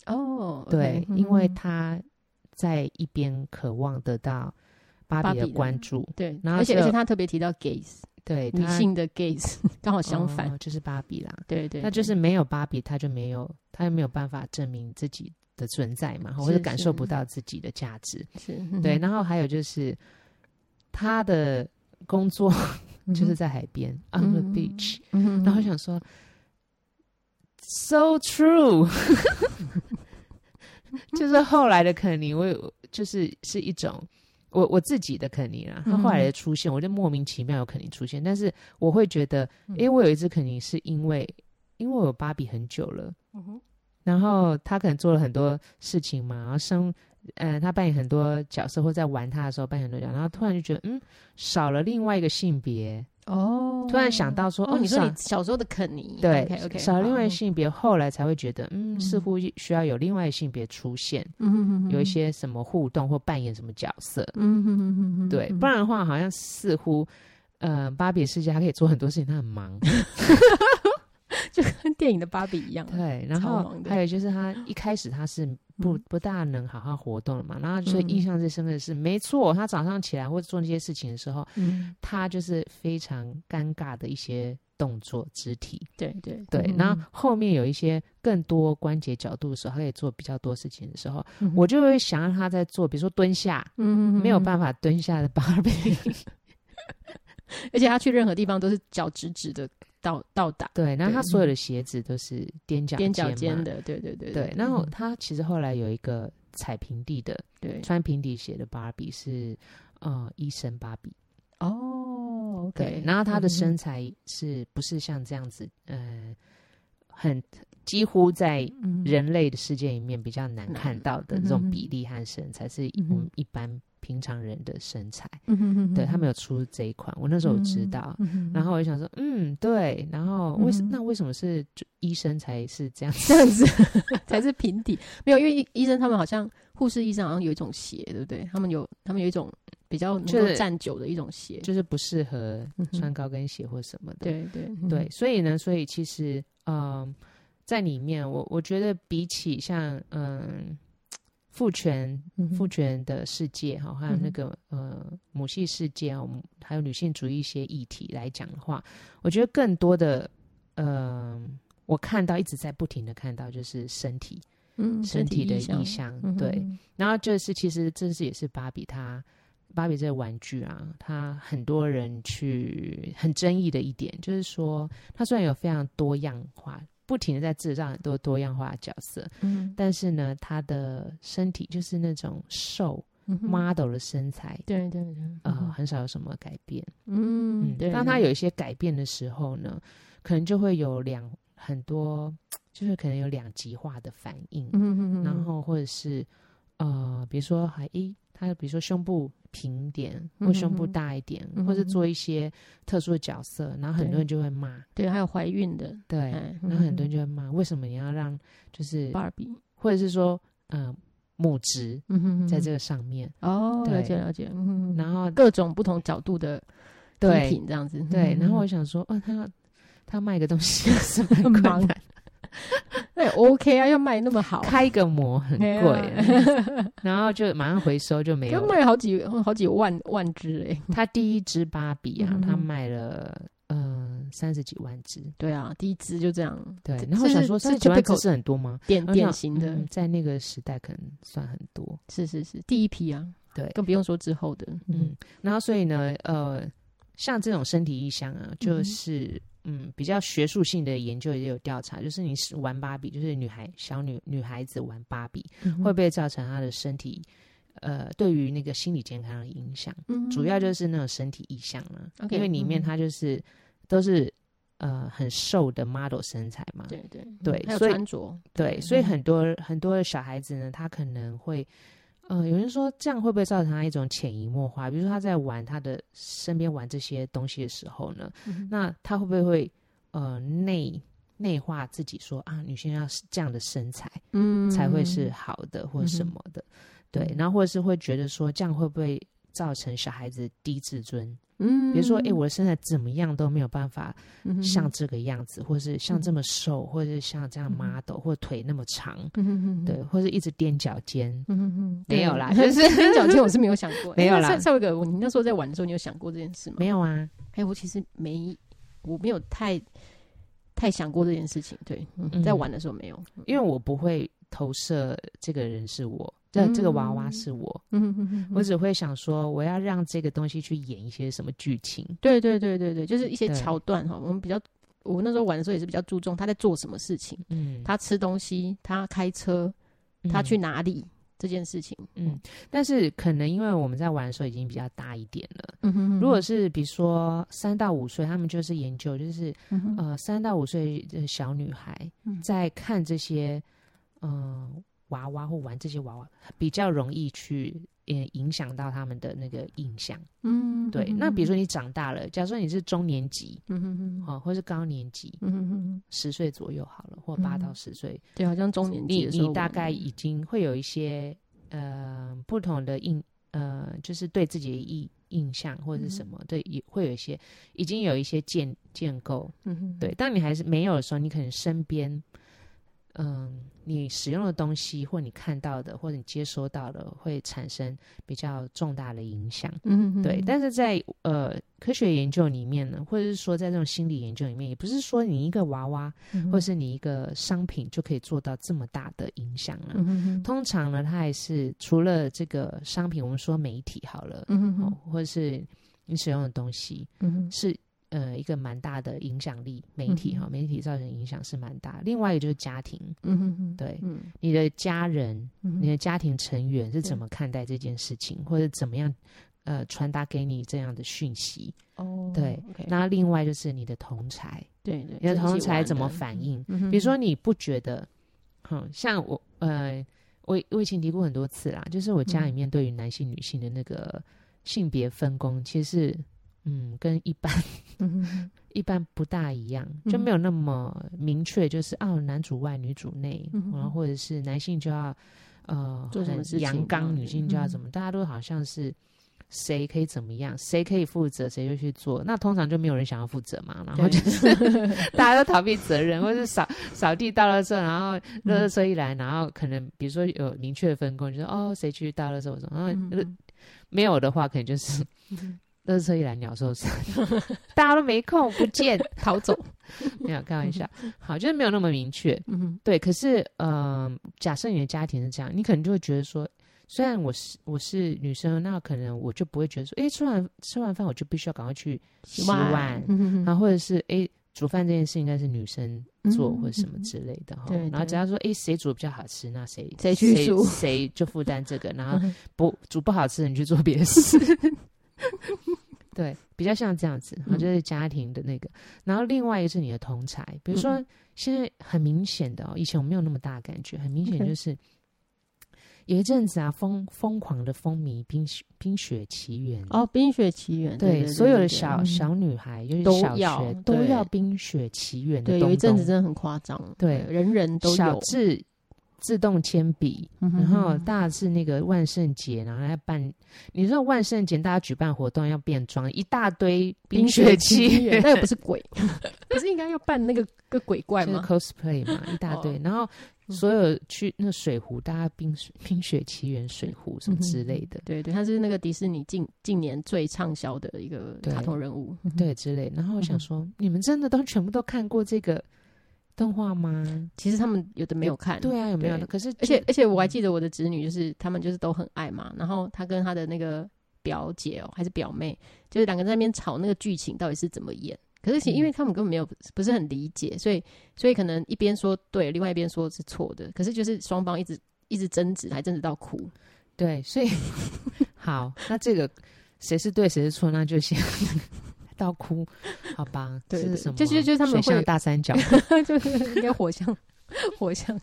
[SPEAKER 1] 哦，
[SPEAKER 2] 对
[SPEAKER 1] OK，嗯
[SPEAKER 2] 因为
[SPEAKER 1] 哼
[SPEAKER 2] 他在一边渴望得到芭
[SPEAKER 1] 芭
[SPEAKER 2] 比的
[SPEAKER 1] 比的
[SPEAKER 2] 关注，
[SPEAKER 1] 对，
[SPEAKER 2] 然后
[SPEAKER 1] 而且
[SPEAKER 2] 是
[SPEAKER 1] 而且他特别提到 gays，
[SPEAKER 2] 对
[SPEAKER 1] 女
[SPEAKER 2] 他
[SPEAKER 1] 性的 gays 刚好相反，
[SPEAKER 2] 哦就是芭比啦，
[SPEAKER 1] 对对，
[SPEAKER 2] 那就是没有芭比，他就没有，他就没有办法证明自己的存在嘛，或者
[SPEAKER 1] 是
[SPEAKER 2] 感受不到自己的价值。
[SPEAKER 1] 是嗯
[SPEAKER 2] 对，，然后还有就是他的工作就是在海边、on the
[SPEAKER 1] 嗯
[SPEAKER 2] beach，、
[SPEAKER 1] 嗯，
[SPEAKER 2] 然后想说，so true，就是后来的肯尼，我有就是是一种。我我自己的肯尼啦，他后
[SPEAKER 1] 嗯
[SPEAKER 2] 来的出现，我就莫名其妙有肯尼出现，但是我会觉得，
[SPEAKER 1] 嗯
[SPEAKER 2] 诶、我有一只肯尼是因为，因为我有芭比很久了，
[SPEAKER 1] 嗯哼
[SPEAKER 2] 然后他可能做了很多事情嘛，然后生，呃，他扮演很多角色，或在玩他的时候扮演很多角色，然后突然就觉得，嗯，少了另外一个性别，
[SPEAKER 1] 哦，
[SPEAKER 2] 突然想到说，
[SPEAKER 1] 哦，你说
[SPEAKER 2] 少
[SPEAKER 1] 你小时候的肯尼，
[SPEAKER 2] 对
[SPEAKER 1] OK，
[SPEAKER 2] 少了另外一个
[SPEAKER 1] 些，
[SPEAKER 2] 性别，后来才会觉得，嗯，
[SPEAKER 1] 嗯
[SPEAKER 2] 似乎需要有另外一个性别出现，
[SPEAKER 1] 嗯
[SPEAKER 2] 有一，些什么互动或扮演什么角色，
[SPEAKER 1] 嗯哼哼哼哼，
[SPEAKER 2] 对，不然的话，好像似乎，呃，芭比世界他可以做很多事情，他 很忙，
[SPEAKER 1] 就跟电影的芭比一样，
[SPEAKER 2] 对，然
[SPEAKER 1] 超
[SPEAKER 2] 后
[SPEAKER 1] 忙的
[SPEAKER 2] 还有就是他一开始他是不
[SPEAKER 1] 嗯
[SPEAKER 2] 不大能好好活动了嘛，然后就是
[SPEAKER 1] 嗯
[SPEAKER 2] 印象最深刻的是，没错，他早上起来或者做那些事情的时候，
[SPEAKER 1] 嗯，
[SPEAKER 2] 他就是非常尴尬的一些动作、肢体，
[SPEAKER 1] 对对
[SPEAKER 2] 对，
[SPEAKER 1] 嗯
[SPEAKER 2] 然后后面有一些更多关节角度的时候，他可以做比较多事情的时候，我就会想让他在做，比如说蹲下。
[SPEAKER 1] 嗯
[SPEAKER 2] 没有
[SPEAKER 1] 法，
[SPEAKER 2] 办法蹲下的 芭比，
[SPEAKER 1] 而且他去任何地方都是脚直直的到到达
[SPEAKER 2] 对，然后他
[SPEAKER 1] 对
[SPEAKER 2] 所有的鞋子都是踮脚
[SPEAKER 1] 踮脚
[SPEAKER 2] 尖
[SPEAKER 1] 尖
[SPEAKER 2] 的，
[SPEAKER 1] 的，对对对嗯
[SPEAKER 2] 对。然后他其实后来有一个踩平地的，
[SPEAKER 1] 对
[SPEAKER 2] 穿平底鞋的芭比是呃医生芭比，
[SPEAKER 1] 哦
[SPEAKER 2] 对
[SPEAKER 1] ，OK，，
[SPEAKER 2] 然后她的
[SPEAKER 1] 嗯
[SPEAKER 2] 身材是不是像这样子，呃，很几乎在
[SPEAKER 1] 嗯
[SPEAKER 2] 人类的世界里面比较难看到的
[SPEAKER 1] 嗯
[SPEAKER 2] 这种
[SPEAKER 1] 嗯
[SPEAKER 2] 比例和身材，是
[SPEAKER 1] 嗯
[SPEAKER 2] 我们一般平常人的身材。
[SPEAKER 1] 嗯哼哼哼
[SPEAKER 2] 对他们有出这一款，我那时候有知道。
[SPEAKER 1] 嗯哼
[SPEAKER 2] 然后我就想说，嗯，对，然后为什、
[SPEAKER 1] 嗯哼
[SPEAKER 2] 那为什么是就医生才是这样子？
[SPEAKER 1] 这样子才是平底。没有，因为医医生他们好像护士、医生好像有一种鞋，对不对？他们有他们有一种比较能
[SPEAKER 2] 就是
[SPEAKER 1] 够站久的一种鞋。
[SPEAKER 2] 就是不适合
[SPEAKER 1] 嗯哼
[SPEAKER 2] 穿高跟鞋或什么的。嗯
[SPEAKER 1] 对嗯对
[SPEAKER 2] 对，，所以呢，所以其实，嗯，在里面，我我觉得比起像嗯父权
[SPEAKER 1] 嗯
[SPEAKER 2] 父权的世界哈，还有
[SPEAKER 1] 嗯
[SPEAKER 2] 那
[SPEAKER 1] 哼
[SPEAKER 2] 个呃母系世界啊，我们还有女性主义一些议题来讲的话，我觉得更多的，嗯，我看到一直在不停的看到就是身体
[SPEAKER 1] 嗯
[SPEAKER 2] 身体的
[SPEAKER 1] 意象，
[SPEAKER 2] 意向，
[SPEAKER 1] 嗯哼
[SPEAKER 2] 对，，然后就是其实这是也是芭比她。芭比这个玩具啊，它很多人去很争议的一点，就是说它虽然有非常多样化，不停的在制造很多多样化的角色，
[SPEAKER 1] 嗯
[SPEAKER 2] 但是呢，它的身体就是那种瘦
[SPEAKER 1] 嗯哼
[SPEAKER 2] model 的身材，
[SPEAKER 1] 对对对，
[SPEAKER 2] 呃，很少有什么改变。
[SPEAKER 1] 嗯，对，
[SPEAKER 2] 当它
[SPEAKER 1] 对
[SPEAKER 2] 有一些改变的时候呢，可能就会有两很多，就是可能有两极化的反应。
[SPEAKER 1] 嗯哼哼
[SPEAKER 2] 然后或者是呃，比如说还诶，他比如说胸部平一点，
[SPEAKER 1] 嗯
[SPEAKER 2] 或胸部
[SPEAKER 1] 哼哼
[SPEAKER 2] 大一点，
[SPEAKER 1] 嗯
[SPEAKER 2] 或是
[SPEAKER 1] 哼哼
[SPEAKER 2] 做一些特殊的角色，然后很多
[SPEAKER 1] 对
[SPEAKER 2] 人就会骂，
[SPEAKER 1] 对，还有怀孕的
[SPEAKER 2] 对，
[SPEAKER 1] 哎
[SPEAKER 2] 然后很多
[SPEAKER 1] 嗯
[SPEAKER 2] 人就会骂，为什么你要让就是，
[SPEAKER 1] 芭比，
[SPEAKER 2] 或者是说呃母职
[SPEAKER 1] 嗯哼哼
[SPEAKER 2] 在这个上面，
[SPEAKER 1] 哦，
[SPEAKER 2] 对
[SPEAKER 1] 了解了解，嗯哼哼
[SPEAKER 2] 然后
[SPEAKER 1] 各种不同角度的批
[SPEAKER 2] 对
[SPEAKER 1] 评这样子，
[SPEAKER 2] 对，
[SPEAKER 1] 嗯
[SPEAKER 2] 然后我
[SPEAKER 1] 嗯
[SPEAKER 2] 想说，哦，他要他卖个东西是蛮
[SPEAKER 1] 很
[SPEAKER 2] 困
[SPEAKER 1] 忙
[SPEAKER 2] 难，
[SPEAKER 1] 那也 OK 啊，要卖那么好，
[SPEAKER 2] 开一个模很
[SPEAKER 1] 哎呀
[SPEAKER 2] 贵，然后就马上回收就没有
[SPEAKER 1] 要
[SPEAKER 2] 了。
[SPEAKER 1] 卖好几好几万万只哎，
[SPEAKER 2] 他第一支芭比啊，
[SPEAKER 1] 嗯
[SPEAKER 2] 他卖了嗯三十几万只，
[SPEAKER 1] 对啊，第一只就这样，
[SPEAKER 2] 对
[SPEAKER 1] 这。
[SPEAKER 2] 然后我
[SPEAKER 1] 这
[SPEAKER 2] 想
[SPEAKER 1] 是
[SPEAKER 2] 说，三
[SPEAKER 1] 这
[SPEAKER 2] 十几万只
[SPEAKER 1] typical
[SPEAKER 2] 是很多吗？
[SPEAKER 1] 典
[SPEAKER 2] 我
[SPEAKER 1] 典
[SPEAKER 2] 想
[SPEAKER 1] 型的，
[SPEAKER 2] 嗯在那个时代可能算很多，
[SPEAKER 1] 是是是，第一批啊，
[SPEAKER 2] 对
[SPEAKER 1] 更不用说之后的，
[SPEAKER 2] 嗯。然后所以呢，呃，像这种身体意向啊，
[SPEAKER 1] 嗯
[SPEAKER 2] 就
[SPEAKER 1] 哼
[SPEAKER 2] 是嗯比较学术性的研究也有调查，就是你是玩芭比，就是女孩小女女孩子玩芭比，
[SPEAKER 1] 嗯，
[SPEAKER 2] 会不会造成她的身体呃对于那个心理健康的影响？
[SPEAKER 1] 嗯
[SPEAKER 2] 主要就是那种身体意向啦、
[SPEAKER 1] OK，
[SPEAKER 2] 因为里面
[SPEAKER 1] 嗯
[SPEAKER 2] 它就是、都是呃很瘦的 model 身材嘛，
[SPEAKER 1] 对对
[SPEAKER 2] 对
[SPEAKER 1] 还有
[SPEAKER 2] 所以
[SPEAKER 1] 穿着，
[SPEAKER 2] 对所以
[SPEAKER 1] 嗯
[SPEAKER 2] 很多很多的小孩子呢，他可能会呃，有人说这样会不会造成他一种潜移默化？比如说他在玩他的身边玩这些东西的时候呢，
[SPEAKER 1] 嗯
[SPEAKER 2] 那他会不会会呃内内化自己说啊，女性要是这样的身材
[SPEAKER 1] 嗯
[SPEAKER 2] 才会是好的或者什
[SPEAKER 1] 嗯哼嗯
[SPEAKER 2] 么的？对，然后或者是会觉得说这样会不会造成小孩子低自尊？
[SPEAKER 1] 嗯
[SPEAKER 2] 比如说，哎、我的身材怎么样都没有办法
[SPEAKER 1] 嗯哼嗯
[SPEAKER 2] 像这个样子，或是像这么瘦，或者是像这样
[SPEAKER 1] 嗯哼
[SPEAKER 2] model，或者腿那么长，
[SPEAKER 1] 嗯哼哼
[SPEAKER 2] 对，或是一直踮脚尖，
[SPEAKER 1] 嗯哼哼
[SPEAKER 2] 没 有啦
[SPEAKER 1] 对
[SPEAKER 2] 就是
[SPEAKER 1] 踮脚尖我是没有想 过，
[SPEAKER 2] 没有啦
[SPEAKER 1] 哎那邵邵伟哥，我你那时候在玩的时候，你有想过这件事吗？
[SPEAKER 2] 没有啊，
[SPEAKER 1] 哎，我其实没，我没有太太想过这件事情。对，嗯
[SPEAKER 2] 嗯
[SPEAKER 1] 在玩的时候没有。
[SPEAKER 2] 因为我不会投射这个人是我，这、这个娃娃是我，
[SPEAKER 1] 嗯哼哼
[SPEAKER 2] 我只会想说我要让这个东西去演一些什么剧情，
[SPEAKER 1] 对对对对对，就是一些
[SPEAKER 2] 嗯对
[SPEAKER 1] 桥段哈。我们比较，我那时候玩的时候也是比较注重他在做什么事情，
[SPEAKER 2] 嗯，
[SPEAKER 1] 他吃东西，他开车，
[SPEAKER 2] 嗯
[SPEAKER 1] 他去，哪里这件事情。
[SPEAKER 2] 嗯，但是可能因为我们在玩的时候已经比较大一点了，
[SPEAKER 1] 嗯哼哼
[SPEAKER 2] 如果是比如说三到五岁，他们就是研究，就是
[SPEAKER 1] 嗯哼
[SPEAKER 2] 呃三到五岁的小女孩
[SPEAKER 1] 嗯
[SPEAKER 2] 在看这些嗯、呃娃娃或玩这些娃娃，比较容易去嗯影响到他们的那个印象。
[SPEAKER 1] 嗯
[SPEAKER 2] 对，那比如说你长大了，假如说你是中年级
[SPEAKER 1] 嗯哼哼
[SPEAKER 2] 啊、或是高年级，
[SPEAKER 1] 嗯哼哼，
[SPEAKER 2] 十岁左右好了，或八到
[SPEAKER 1] 嗯
[SPEAKER 2] 十岁，
[SPEAKER 1] 对，好像中年级
[SPEAKER 2] 你
[SPEAKER 1] 的时候
[SPEAKER 2] 你
[SPEAKER 1] 玩
[SPEAKER 2] 大概已经会有一些呃不同的印呃，就是对自己的印印象或者是
[SPEAKER 1] 嗯
[SPEAKER 2] 什么，对，也会有一些已经有一些建建构。
[SPEAKER 1] 嗯哼
[SPEAKER 2] 对，当你还是没有的时候，你可能身边，嗯，你使用的东西或你看到的或者你接收到的，会产生比较重大的影响。
[SPEAKER 1] 嗯哼哼
[SPEAKER 2] 对，但是在呃科学研究里面呢，或者是说在这种心理研究里面，也不是说你一个娃娃
[SPEAKER 1] 嗯哼
[SPEAKER 2] 或是你一个商品就可以做到这么大的影响了。
[SPEAKER 1] 嗯哼哼
[SPEAKER 2] 通常呢，它还是除了这个商品，我们说媒体好了，
[SPEAKER 1] 嗯哼
[SPEAKER 2] 哦
[SPEAKER 1] 哼，
[SPEAKER 2] 或是你使用的东西
[SPEAKER 1] 嗯哼
[SPEAKER 2] 是呃一个蛮大的影响力，媒体
[SPEAKER 1] 嗯
[SPEAKER 2] 哈、媒体造成影响是蛮大。另外一个就是家庭，
[SPEAKER 1] 嗯哼哼，
[SPEAKER 2] 对
[SPEAKER 1] 嗯
[SPEAKER 2] 你的家人、
[SPEAKER 1] 嗯
[SPEAKER 2] 你的家庭成员
[SPEAKER 1] 对
[SPEAKER 2] 是怎么看待这件事情，或者怎么样呃传达给你这样的讯息？
[SPEAKER 1] 哦，
[SPEAKER 2] 对
[SPEAKER 1] OK，
[SPEAKER 2] 那另外就是你的同才，
[SPEAKER 1] 对对，
[SPEAKER 2] 你的同才
[SPEAKER 1] 才
[SPEAKER 2] 怎么反应？
[SPEAKER 1] 嗯哼
[SPEAKER 2] 比如说，你不觉得，嗯，像我，呃，我我以前提过很多次啦，就是我家里
[SPEAKER 1] 嗯
[SPEAKER 2] 面对于男性、女性的那个性别分工，其实是，嗯，跟一般
[SPEAKER 1] 嗯哼哼
[SPEAKER 2] 一般不大一样，
[SPEAKER 1] 嗯
[SPEAKER 2] 就没有那么明确，就是哦、男主外，女主内，
[SPEAKER 1] 嗯哼
[SPEAKER 2] 然后或者是男性就要呃
[SPEAKER 1] 做什么
[SPEAKER 2] 很
[SPEAKER 1] 事情嗯
[SPEAKER 2] 阳
[SPEAKER 1] 这样
[SPEAKER 2] 刚，
[SPEAKER 1] 子
[SPEAKER 2] 女性就要怎么，大家都好像是。谁可以怎么样？谁可以负责，谁就去做。那通常就没有人想要负责嘛，然后
[SPEAKER 1] 对
[SPEAKER 2] 就是 大家都逃避责任，或是扫扫地、倒垃圾，然后垃圾车一来，然后可能比如说有明确的分工，就是哦谁去倒垃圾，我说然后、
[SPEAKER 1] 嗯哼
[SPEAKER 2] 没有的话，可能就是
[SPEAKER 1] 哼
[SPEAKER 2] 垃圾车一来鸟兽散， 大家都没空不见，
[SPEAKER 1] 逃走，
[SPEAKER 2] 没有开 玩笑，好就是没有那么明确。
[SPEAKER 1] 嗯哼
[SPEAKER 2] 对，可是呃，假设你的家庭是这样，你可能就会觉得说，虽然我是我是女生，那可能我就不会觉得说，诶，吃完吃完饭我就必须要赶快去洗碗，
[SPEAKER 1] 嗯哼哼
[SPEAKER 2] 然后或者是诶，煮饭这件事应该是女生做
[SPEAKER 1] 嗯
[SPEAKER 2] 或者什么
[SPEAKER 1] 嗯
[SPEAKER 2] 之类的哈、
[SPEAKER 1] 对
[SPEAKER 2] 然后
[SPEAKER 1] 对
[SPEAKER 2] 只要说诶，谁煮比较好吃，那谁
[SPEAKER 1] 谁去
[SPEAKER 2] 谁
[SPEAKER 1] 煮
[SPEAKER 2] 谁就负担这个，然后
[SPEAKER 1] 嗯
[SPEAKER 2] 不煮不好吃的你去做别 的事。对，比较像这样子，
[SPEAKER 1] 嗯
[SPEAKER 2] 然后就是家庭的那个。然后另外一个是你的同才，比
[SPEAKER 1] 嗯
[SPEAKER 2] 如说现在很明显的哦，以前我没有那么大的感觉，很明显
[SPEAKER 1] OK
[SPEAKER 2] 就是有一阵子啊，疯疯狂的风靡冰雪冰雪奇缘。
[SPEAKER 1] 哦，《冰雪奇缘》
[SPEAKER 2] 对所有的小、，
[SPEAKER 1] 对对对对嗯
[SPEAKER 2] 小女孩，尤其
[SPEAKER 1] 都
[SPEAKER 2] 小
[SPEAKER 1] 要
[SPEAKER 2] 学，都
[SPEAKER 1] 对
[SPEAKER 2] 要冰雪奇缘的
[SPEAKER 1] 对，
[SPEAKER 2] 东
[SPEAKER 1] 有一阵子
[SPEAKER 2] 东
[SPEAKER 1] 真的很夸张，
[SPEAKER 2] 对
[SPEAKER 1] 人人都
[SPEAKER 2] 小
[SPEAKER 1] 有，
[SPEAKER 2] 智自动铅笔，
[SPEAKER 1] 嗯哼
[SPEAKER 2] 然后
[SPEAKER 1] 哼
[SPEAKER 2] 大致那个万圣节，然后还办，你知道万圣节大家举办活动要变装，一大堆冰雪奇
[SPEAKER 1] 缘
[SPEAKER 2] 缘，
[SPEAKER 1] 那又不是鬼，不是应该要扮那个个鬼怪
[SPEAKER 2] 就是
[SPEAKER 1] 吗？
[SPEAKER 2] cosplay 嘛，一大堆。然后所有去那水壶，大家冰水冰雪奇缘水壶
[SPEAKER 1] 嗯
[SPEAKER 2] 什么之类的，
[SPEAKER 1] 对对，他是那个迪士尼近近年最畅销的一个
[SPEAKER 2] 对
[SPEAKER 1] 卡通人物，嗯哼
[SPEAKER 2] 对之类。然后我想说，你们真的都全部都看过这个动画吗？
[SPEAKER 1] 其实他们有的没有看，
[SPEAKER 2] 对啊，有没有
[SPEAKER 1] 对？
[SPEAKER 2] 可是就
[SPEAKER 1] 而且而且我还记得我的侄女就是他们就是都很爱嘛，然后她跟她的那个表姐哦、还是表妹，就是两个人在那边吵那个剧情到底是怎么演。可是其
[SPEAKER 2] 嗯
[SPEAKER 1] 因为他们根本没有不是很理解，所以所以可能一边说对，另外一边说是错的。可是就是双方一直一直争执，还争执到 哭。
[SPEAKER 2] 对，所以好，那这个谁是对谁是错，那就先 到哭，好吧？
[SPEAKER 1] 对
[SPEAKER 2] 这
[SPEAKER 1] 对
[SPEAKER 2] 是什么？
[SPEAKER 1] 就是就是他们
[SPEAKER 2] 水
[SPEAKER 1] 会
[SPEAKER 2] 象大三角，
[SPEAKER 1] 就是应该火象火象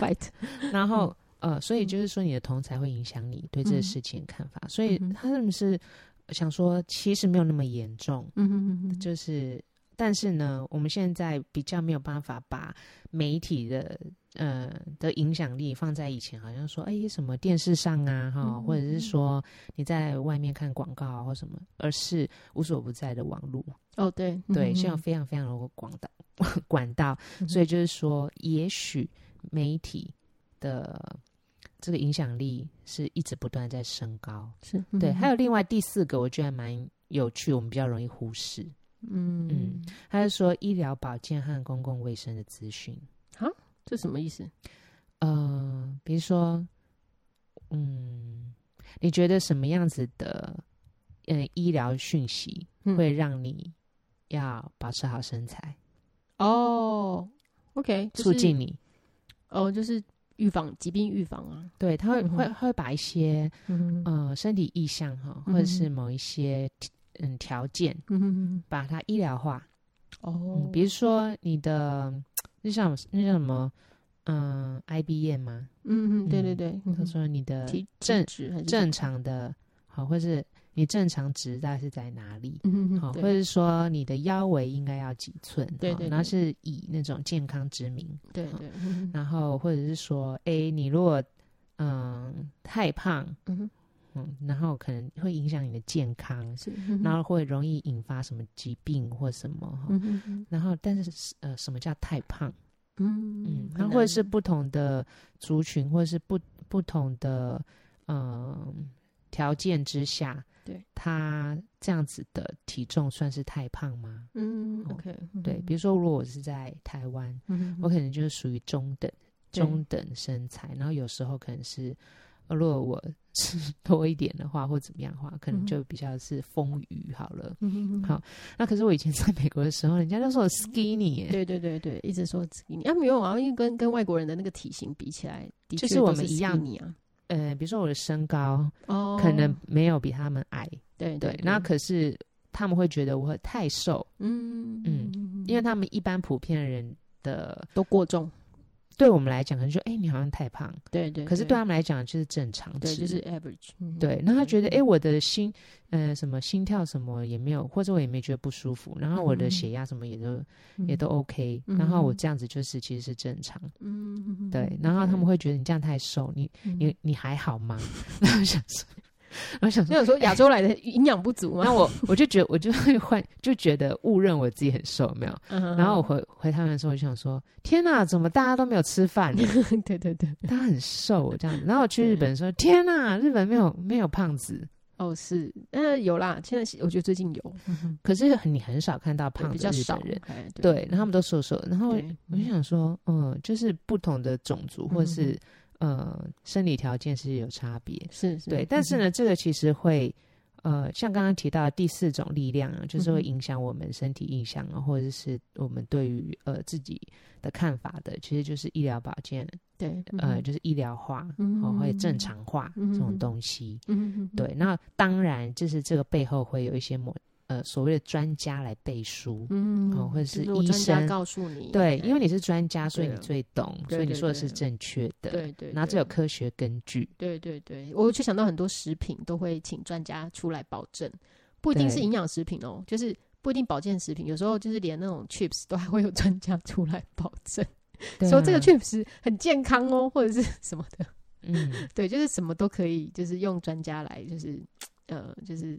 [SPEAKER 1] fight。
[SPEAKER 2] 然后
[SPEAKER 1] 嗯
[SPEAKER 2] 呃，所以就是说你的同才会影响你对这个事情的看法，所
[SPEAKER 1] 嗯
[SPEAKER 2] 以他们是想说，其实没有那么严重，
[SPEAKER 1] 嗯哼哼哼，
[SPEAKER 2] 就是但是呢，我们现在比较没有办法把媒体的呃的影响力放在以前，好像说哎、什么电视上啊哈，
[SPEAKER 1] 嗯
[SPEAKER 2] 或者是说你在外面看广告啊或什么，而是无所不在的网络，
[SPEAKER 1] 哦对
[SPEAKER 2] 对，现在有
[SPEAKER 1] 像
[SPEAKER 2] 非常非常多广道管道，
[SPEAKER 1] 嗯
[SPEAKER 2] 所以就是说，也许媒体的这个影响力是一直不断在升高。
[SPEAKER 1] 是嗯
[SPEAKER 2] 对，还
[SPEAKER 1] 有
[SPEAKER 2] 有另外第四个，我觉得蛮有趣，我们比较容易忽视，
[SPEAKER 1] 嗯
[SPEAKER 2] 嗯
[SPEAKER 1] 嗯，
[SPEAKER 2] 他是说医疗保健和公共卫生的资讯。
[SPEAKER 1] 这什么意思？
[SPEAKER 2] 呃，比如说，嗯，你觉得什么样子的呃医疗讯息
[SPEAKER 1] 嗯
[SPEAKER 2] 会让你要保持好身材，
[SPEAKER 1] 哦，OK，就是
[SPEAKER 2] 促进你？
[SPEAKER 1] 哦，就是预防疾病预防啊，
[SPEAKER 2] 对，他会、
[SPEAKER 1] 嗯哼
[SPEAKER 2] 会会把一些
[SPEAKER 1] 嗯哼
[SPEAKER 2] 呃身体意向哈，或者是某一些嗯条件，
[SPEAKER 1] 嗯哼
[SPEAKER 2] 把它医疗化。
[SPEAKER 1] 哼，
[SPEAKER 2] 嗯
[SPEAKER 1] 哦，，
[SPEAKER 2] 比如说你的那像那叫什么，嗯，IBM 吗？
[SPEAKER 1] 嗯嗯，对对对，嗯
[SPEAKER 2] 他
[SPEAKER 1] 哼
[SPEAKER 2] 说你的
[SPEAKER 1] 体
[SPEAKER 2] 正
[SPEAKER 1] 体脂还是
[SPEAKER 2] 正常的好，或是你正常值大概是在哪里？
[SPEAKER 1] 嗯嗯嗯，
[SPEAKER 2] 好，或
[SPEAKER 1] 对
[SPEAKER 2] 者是说你的腰围应该要几寸？
[SPEAKER 1] 对
[SPEAKER 2] 好
[SPEAKER 1] 对
[SPEAKER 2] 然后
[SPEAKER 1] 对
[SPEAKER 2] 是以那种健康之名，
[SPEAKER 1] 对对，嗯哼
[SPEAKER 2] 然后或者是说，哎，你如果嗯太胖，
[SPEAKER 1] 嗯哼
[SPEAKER 2] 嗯，然后可能会影响你的健康，
[SPEAKER 1] 是，嗯哼
[SPEAKER 2] 然后会容易引发什么疾病或什么哈。
[SPEAKER 1] 嗯哼哼
[SPEAKER 2] 然后，但是呃，什么叫太胖？
[SPEAKER 1] 嗯
[SPEAKER 2] 嗯
[SPEAKER 1] 嗯，，
[SPEAKER 2] 然
[SPEAKER 1] 很
[SPEAKER 2] 后或者
[SPEAKER 1] 难
[SPEAKER 2] 是不同的族群，或者是不不同的呃条件之下，
[SPEAKER 1] 对
[SPEAKER 2] 他这样子的体重算是太胖吗？
[SPEAKER 1] 嗯
[SPEAKER 2] 哦
[SPEAKER 1] ，OK，
[SPEAKER 2] 对，比如说，如果我是在台湾，
[SPEAKER 1] 嗯
[SPEAKER 2] 我可能就是属于中等
[SPEAKER 1] 对
[SPEAKER 2] 中等身材，然后有时候可能是，呃如果我吃 多一点的话，或怎么样的话，可能
[SPEAKER 1] 嗯
[SPEAKER 2] 就比较是丰腴好了。
[SPEAKER 1] 嗯
[SPEAKER 2] 好那可是我以前在美国的时候，人家都说我 skinny，耶、
[SPEAKER 1] 对对对对，一直说 skinny 啊，没有啊，因为跟跟外国人的那个体型比起来，的
[SPEAKER 2] 就
[SPEAKER 1] 确
[SPEAKER 2] 是
[SPEAKER 1] 都
[SPEAKER 2] 我们一样
[SPEAKER 1] skinny 啊，
[SPEAKER 2] 呃，比如说我的身高
[SPEAKER 1] 哦，
[SPEAKER 2] 可能没有比他们矮，
[SPEAKER 1] 对
[SPEAKER 2] 对，那可是他们会觉得我太瘦，
[SPEAKER 1] 嗯
[SPEAKER 2] 嗯
[SPEAKER 1] 嗯
[SPEAKER 2] 因为他们一般普遍的人的，
[SPEAKER 1] 都过重，
[SPEAKER 2] 对我们来讲可能说，哎、你好像太胖，
[SPEAKER 1] 对对，
[SPEAKER 2] 可是对他们来讲就是正常值，
[SPEAKER 1] 对就是 average，嗯
[SPEAKER 2] 对，那他觉得，哎、我的心，呃，什么心跳什么也没有，或者我也没觉得不舒服，然后我
[SPEAKER 1] 嗯
[SPEAKER 2] 的血压什么也都、也都 OK，、然后我这样子就是其实是正常，
[SPEAKER 1] 嗯嗯嗯
[SPEAKER 2] 对，然后他们会觉得你这样太瘦，你你你还好吗？ 然后我想说，我想
[SPEAKER 1] 就
[SPEAKER 2] 说，
[SPEAKER 1] 有时候亚洲来的营养不足嘛
[SPEAKER 2] 那，我我就觉得我就会换，就觉得误认我自己很瘦，有没有？然
[SPEAKER 1] 然
[SPEAKER 2] 后我回回他们的时候，我就想说，天哪，怎么大家都没有吃饭？
[SPEAKER 1] 对对对，
[SPEAKER 2] 大家很瘦这样子。然后我去日本的时候，天哪，日本没有没有胖子。
[SPEAKER 1] 哦是，呃有啦，现在是我觉得最近有
[SPEAKER 2] 可是很你很少看到
[SPEAKER 1] 对
[SPEAKER 2] 胖
[SPEAKER 1] 比
[SPEAKER 2] 子
[SPEAKER 1] 较
[SPEAKER 2] 日
[SPEAKER 1] 少
[SPEAKER 2] 本人，，
[SPEAKER 1] 哎
[SPEAKER 2] 对，然后他们都瘦瘦的。然后
[SPEAKER 1] 对嗯
[SPEAKER 2] 我就想说，嗯，就是不同的种族或是、呃生理条件是有差别，
[SPEAKER 1] 是是，
[SPEAKER 2] 对。但是呢，这个其实会呃，像刚刚提到的第四种力量啊，就是会
[SPEAKER 1] 嗯哼
[SPEAKER 2] 影响我们身体印象啊，或者是我们对于呃自己的看法的，其实就是医疗保健，
[SPEAKER 1] 嗯对
[SPEAKER 2] 呃，就是医疗化，
[SPEAKER 1] 嗯
[SPEAKER 2] 哦，会正常化
[SPEAKER 1] 嗯
[SPEAKER 2] 这种东西。
[SPEAKER 1] 嗯嗯
[SPEAKER 2] 对，那当然就是这个背后会有一些某呃所谓的专家来背书。
[SPEAKER 1] 嗯
[SPEAKER 2] 哦或者
[SPEAKER 1] 就是我
[SPEAKER 2] 医
[SPEAKER 1] 专家
[SPEAKER 2] 生
[SPEAKER 1] 告诉你，哎
[SPEAKER 2] 对，因为
[SPEAKER 1] 为
[SPEAKER 2] 你是专家，所以你
[SPEAKER 1] 对啊
[SPEAKER 2] 最懂，
[SPEAKER 1] 对
[SPEAKER 2] 所以你
[SPEAKER 1] 对
[SPEAKER 2] 说的
[SPEAKER 1] 对
[SPEAKER 2] 是正确的。
[SPEAKER 1] 对对，
[SPEAKER 2] 然后
[SPEAKER 1] 对
[SPEAKER 2] 这有科学根据。
[SPEAKER 1] 对对对，我就想到很多食品都会请专家出来保证，不一定是
[SPEAKER 2] 对
[SPEAKER 1] 营养食品哦，就是不一定保健食品，有时候就是连那种 chips 都还会有专家出来保证，
[SPEAKER 2] 对
[SPEAKER 1] 说这个
[SPEAKER 2] 啊，
[SPEAKER 1] chips 很健康哦，或者是 什么的，
[SPEAKER 2] 嗯，
[SPEAKER 1] 对，就是什么都可以，就是用专家来，就是呃，就是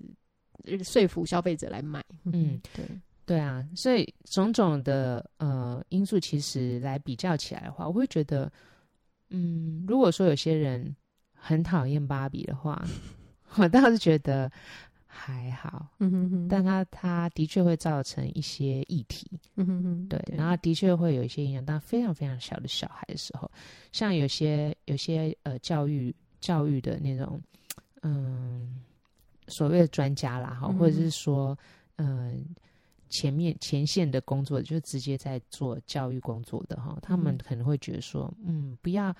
[SPEAKER 1] 呃说服消费者来买，
[SPEAKER 2] 嗯，
[SPEAKER 1] 对，
[SPEAKER 2] 对啊，所以种种的呃因素，其实来比较起来的话，我会觉得，嗯，如果说有些人很讨厌芭比的话， 我倒是觉得还好，
[SPEAKER 1] 嗯哼哼，
[SPEAKER 2] 但它它的确会造成一些议题，
[SPEAKER 1] 嗯哼哼，
[SPEAKER 2] 对，然后的确会有一些影响，但非常非常小的小孩的时候，像有些有些呃教育教育的那种，嗯，所谓的专家啦，哈，
[SPEAKER 1] 嗯
[SPEAKER 2] 或者是说，嗯、前面前线的工作就是直接在做教育工作的哈，他们
[SPEAKER 1] 嗯
[SPEAKER 2] 可能会觉得说，嗯，不要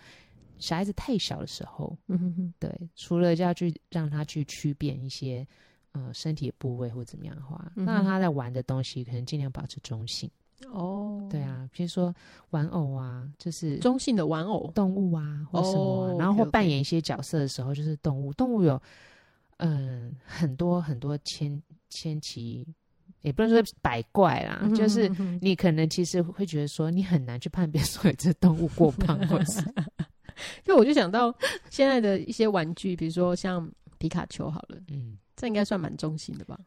[SPEAKER 2] 小孩子太小的时候，
[SPEAKER 1] 嗯哼哼，
[SPEAKER 2] 对，除了要去让他去区辨一些呃身体的部位或怎么样的话，
[SPEAKER 1] 嗯哼
[SPEAKER 2] 那他在玩的东西可能尽量保持中性。
[SPEAKER 1] 哦，
[SPEAKER 2] 对，啊，比如说玩偶啊，就是
[SPEAKER 1] 中性的玩偶，
[SPEAKER 2] 动物啊或什么啊、
[SPEAKER 1] 哦
[SPEAKER 2] 然后或
[SPEAKER 1] OK，OK
[SPEAKER 2] 扮演一些角色的时候，就是动物。动物有嗯很多很多千千奇，也不能说百怪啦，就是
[SPEAKER 1] 嗯哼哼哼
[SPEAKER 2] 你可能其实会觉得说你很难去判别说这动物过胖或 是
[SPEAKER 1] 就我就想到现在的一些玩具，比如说像皮卡丘好了，
[SPEAKER 2] 嗯。
[SPEAKER 1] 这应该算蛮中性的吧？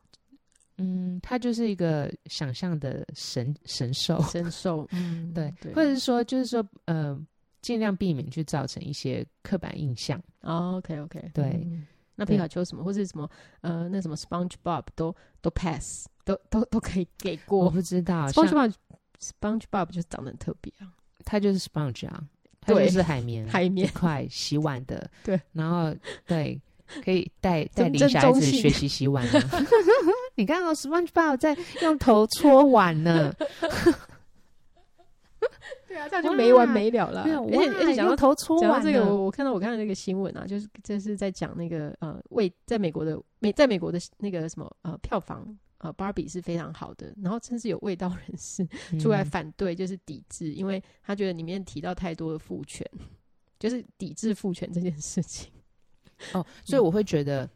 [SPEAKER 2] 嗯，它就是一个想象的神神兽，
[SPEAKER 1] 深受，嗯，
[SPEAKER 2] 对，
[SPEAKER 1] 对，
[SPEAKER 2] 或者是说，就是说，呃，尽量避免去造成一些刻板印象。
[SPEAKER 1] 哦，OK OK，
[SPEAKER 2] 对
[SPEAKER 1] 嗯那
[SPEAKER 2] 对
[SPEAKER 1] 皮卡丘什么，或是什么，呃，那什么 SpongeBob 都都 pass，都都都可以给
[SPEAKER 2] 我
[SPEAKER 1] 过。
[SPEAKER 2] 不知道，像
[SPEAKER 1] SpongeBob SpongeBob 就是长得很特别啊，
[SPEAKER 2] 它就是 sponge 啊，它
[SPEAKER 1] 对
[SPEAKER 2] 就是海绵，
[SPEAKER 1] 海绵
[SPEAKER 2] 一块洗碗的，
[SPEAKER 1] 对，
[SPEAKER 2] 然后对，可以带带
[SPEAKER 1] 真
[SPEAKER 2] 领
[SPEAKER 1] 真
[SPEAKER 2] 小孩
[SPEAKER 1] 中
[SPEAKER 2] 子
[SPEAKER 1] 性
[SPEAKER 2] 学习洗碗、 啊。你看哦，SpongeBob 在用头搓碗呢，
[SPEAKER 1] 对啊，这样就
[SPEAKER 2] 就没
[SPEAKER 1] 没
[SPEAKER 2] 完
[SPEAKER 1] 完没
[SPEAKER 2] 没
[SPEAKER 1] 了了。
[SPEAKER 2] 对，
[SPEAKER 1] 而且而且讲
[SPEAKER 2] 用
[SPEAKER 1] 到
[SPEAKER 2] 头搓
[SPEAKER 1] 讲到
[SPEAKER 2] 碗
[SPEAKER 1] 这
[SPEAKER 2] 呢
[SPEAKER 1] 个，我我看到我看到那个新闻啊，就是这是在讲那个呃，为在美国的美在美国的那个什么呃票房呃芭比是非常好的，然后甚至有味道人士
[SPEAKER 2] 嗯
[SPEAKER 1] 出来反对，就是抵制，因为他觉得里面提到太多的父权，就是抵制父权这件事情。
[SPEAKER 2] 哦，所以我会觉得，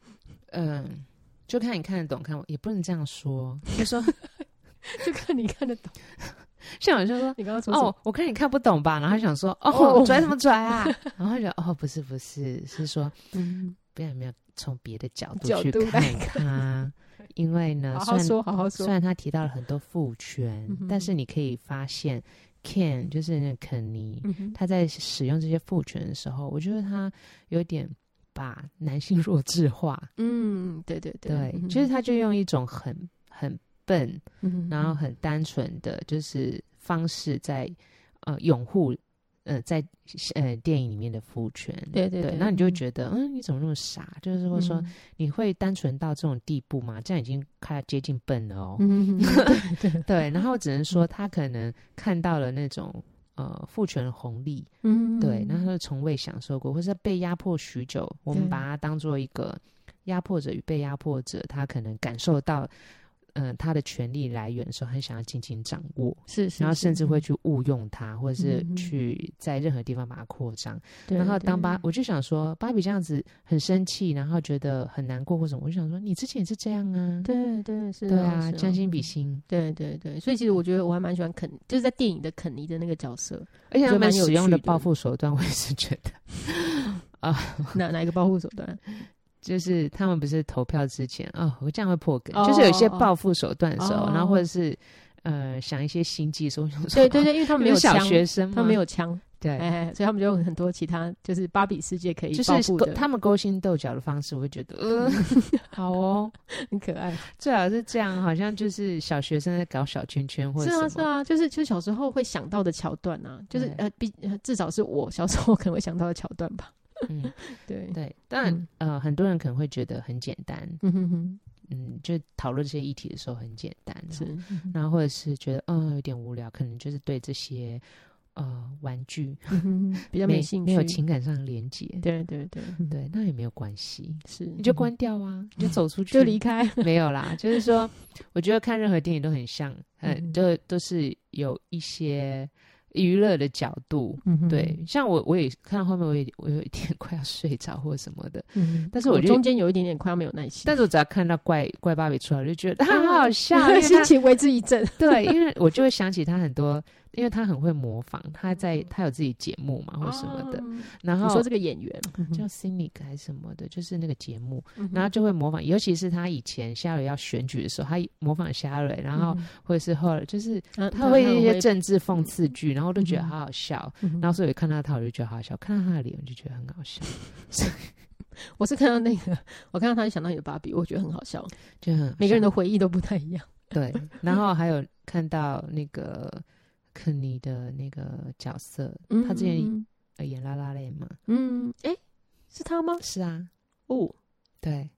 [SPEAKER 2] 嗯，就看你看得懂，看我也不能这样说，就说
[SPEAKER 1] 就看你看得懂。
[SPEAKER 2] 像有些人说。
[SPEAKER 1] 你刚刚说什么
[SPEAKER 2] 哦，我看你看不懂吧？然后他想说，哦，
[SPEAKER 1] 哦
[SPEAKER 2] 拽什么拽啊？ 然后就哦，不是不是，是说
[SPEAKER 1] 嗯，
[SPEAKER 2] 不要没有从别的角度
[SPEAKER 1] 角
[SPEAKER 2] 去
[SPEAKER 1] 度来
[SPEAKER 2] 看它，因为呢，
[SPEAKER 1] 好
[SPEAKER 2] 虽
[SPEAKER 1] 好
[SPEAKER 2] 然
[SPEAKER 1] 说，好好
[SPEAKER 2] 虽
[SPEAKER 1] 说。
[SPEAKER 2] 然他提到了很多父权
[SPEAKER 1] 嗯，哼
[SPEAKER 2] 但是你可以发现，Ken 就是那个肯尼，
[SPEAKER 1] 嗯哼，
[SPEAKER 2] 他在使用这些父权的时候，我觉得他有点把男性弱智化，
[SPEAKER 1] 嗯，对对
[SPEAKER 2] 对，就是他就用一种很很笨，
[SPEAKER 1] 嗯
[SPEAKER 2] 然后很单纯的就是方式在呃拥护呃在呃电影里面的父权，
[SPEAKER 1] 对对嗯对
[SPEAKER 2] 那你就会
[SPEAKER 1] 嗯
[SPEAKER 2] 觉得嗯你怎么那么傻？就是会说、你会单纯到这种地步吗？这样已经快要接近笨了哦。
[SPEAKER 1] 嗯，
[SPEAKER 2] 对，然后只能说他可能看到了那种。呃，父权红利，
[SPEAKER 1] 嗯，
[SPEAKER 2] 对，那他就从未享受过，或是被压迫许久，我们
[SPEAKER 1] 对
[SPEAKER 2] 把它当做一个压迫者与被压迫者，他可能感受到，呃，他的权利来源的时候，很想要紧紧掌握，
[SPEAKER 1] 是是，嗯
[SPEAKER 2] 然后甚至会去误用它，或者是
[SPEAKER 1] 嗯嗯嗯
[SPEAKER 2] 去在任何地方把它扩张。
[SPEAKER 1] 对，
[SPEAKER 2] 然后当
[SPEAKER 1] 巴
[SPEAKER 2] 芭，我就想说，芭比这样子很生气，然后觉得很难过或什么，我就想说，你之前也是这样啊，
[SPEAKER 1] 对对是，
[SPEAKER 2] 对啊，
[SPEAKER 1] 将
[SPEAKER 2] 将心比心，
[SPEAKER 1] 对对对，所以其实我觉得我还蛮喜欢肯，就是在电影的肯尼的那个角色，
[SPEAKER 2] 而且
[SPEAKER 1] 觉
[SPEAKER 2] 他
[SPEAKER 1] 得
[SPEAKER 2] 们
[SPEAKER 1] 蛮有
[SPEAKER 2] 使用的
[SPEAKER 1] 趣的
[SPEAKER 2] 报复手段，我也是觉 得，啊
[SPEAKER 1] 哪哪一个保护手 段？啊
[SPEAKER 2] 就是他们不是投票之前啊、我这样会破梗，
[SPEAKER 1] 哦
[SPEAKER 2] 就是有一些
[SPEAKER 1] 哦哦
[SPEAKER 2] 报复手段的时候，
[SPEAKER 1] 哦
[SPEAKER 2] 然后或者是呃想一些心计的时候，我想说
[SPEAKER 1] 对对，对，因为他
[SPEAKER 2] 他
[SPEAKER 1] 们没有
[SPEAKER 2] 小
[SPEAKER 1] 枪，
[SPEAKER 2] 学生吗，
[SPEAKER 1] 他们没有枪，
[SPEAKER 2] 对。
[SPEAKER 1] 哎，所以他们就用很多其他就是芭比世界可以
[SPEAKER 2] 就是
[SPEAKER 1] 报
[SPEAKER 2] 勾
[SPEAKER 1] 复的，
[SPEAKER 2] 他们勾心斗角的方式，我会觉得，嗯，好哦，
[SPEAKER 1] 很可爱。
[SPEAKER 2] 最好是这样，好像就是小学生在搞小圈圈或者
[SPEAKER 1] 是
[SPEAKER 2] 什么。
[SPEAKER 1] 啊，是啊，就是就是小时候会想到的桥段啊，就是
[SPEAKER 2] 对
[SPEAKER 1] 呃，毕呃至少是我小时候可能会想到的桥段吧。
[SPEAKER 2] 嗯，
[SPEAKER 1] 对，
[SPEAKER 2] 对。当然，
[SPEAKER 1] 嗯
[SPEAKER 2] 呃，很多人可能会觉得很简单，
[SPEAKER 1] 嗯哼哼，
[SPEAKER 2] 嗯，就讨论这些议题的时候很简单，
[SPEAKER 1] 是，
[SPEAKER 2] 然后，
[SPEAKER 1] 嗯哼
[SPEAKER 2] 然后或者是觉得嗯有点无聊，可能就是对这些呃玩具
[SPEAKER 1] 嗯哼哼比较没兴趣，
[SPEAKER 2] 没有情感上的连接。
[SPEAKER 1] 对对对，嗯
[SPEAKER 2] 对，那也没有关系，
[SPEAKER 1] 是，
[SPEAKER 2] 你
[SPEAKER 1] 你
[SPEAKER 2] 就关掉啊，你就走出去，
[SPEAKER 1] 就离开，
[SPEAKER 2] 没有啦，就是说，我觉得看任何电影都很像，嗯，
[SPEAKER 1] 嗯
[SPEAKER 2] 都都是有一些娱乐的角度。
[SPEAKER 1] 嗯哼
[SPEAKER 2] 对，，像我我也看到后面，我也我有一点 快要睡着或什么的，
[SPEAKER 1] 嗯
[SPEAKER 2] 但是我觉得
[SPEAKER 1] 中间有一点点快要没有耐心，
[SPEAKER 2] 但是我只要看到怪怪芭比出来，我就觉得他
[SPEAKER 1] 啊
[SPEAKER 2] 好 好笑，因为
[SPEAKER 1] 心
[SPEAKER 2] 他
[SPEAKER 1] 情为之一振。
[SPEAKER 2] 对，因为我就会想起他很多，因为他很会模仿，他在他有自己节目嘛 或什么的，
[SPEAKER 1] 嗯哦
[SPEAKER 2] 然
[SPEAKER 1] 你
[SPEAKER 2] 后
[SPEAKER 1] 说这个嗯演员，
[SPEAKER 2] 叫 Cynic 还是什么的，就是那个节目，
[SPEAKER 1] 嗯哼
[SPEAKER 2] 然后就会模仿，尤其是他以前夏蕊要选举的时候，他模仿夏蕊，然后
[SPEAKER 1] 嗯
[SPEAKER 2] 或者是后来就是
[SPEAKER 1] 嗯
[SPEAKER 2] 他会一些
[SPEAKER 1] 会
[SPEAKER 2] 政治讽刺剧，然后我都觉得
[SPEAKER 1] 嗯
[SPEAKER 2] 好好笑，
[SPEAKER 1] 嗯哼
[SPEAKER 2] 然后所以我看到他我就觉得好好笑，看到他的脸我就觉得很好 笑，
[SPEAKER 1] 我是看到那个， 我看到他就想到有芭比，我觉得很好笑。
[SPEAKER 2] 就很
[SPEAKER 1] 每个人
[SPEAKER 2] 都
[SPEAKER 1] 的回忆都不太一样。
[SPEAKER 2] 对，然后还有看到那个肯尼的那个角色，他之前
[SPEAKER 1] 嗯
[SPEAKER 2] 呃演拉拉链嘛，
[SPEAKER 1] 嗯，哎、是他吗？
[SPEAKER 2] 是啊，
[SPEAKER 1] 哦
[SPEAKER 2] 对，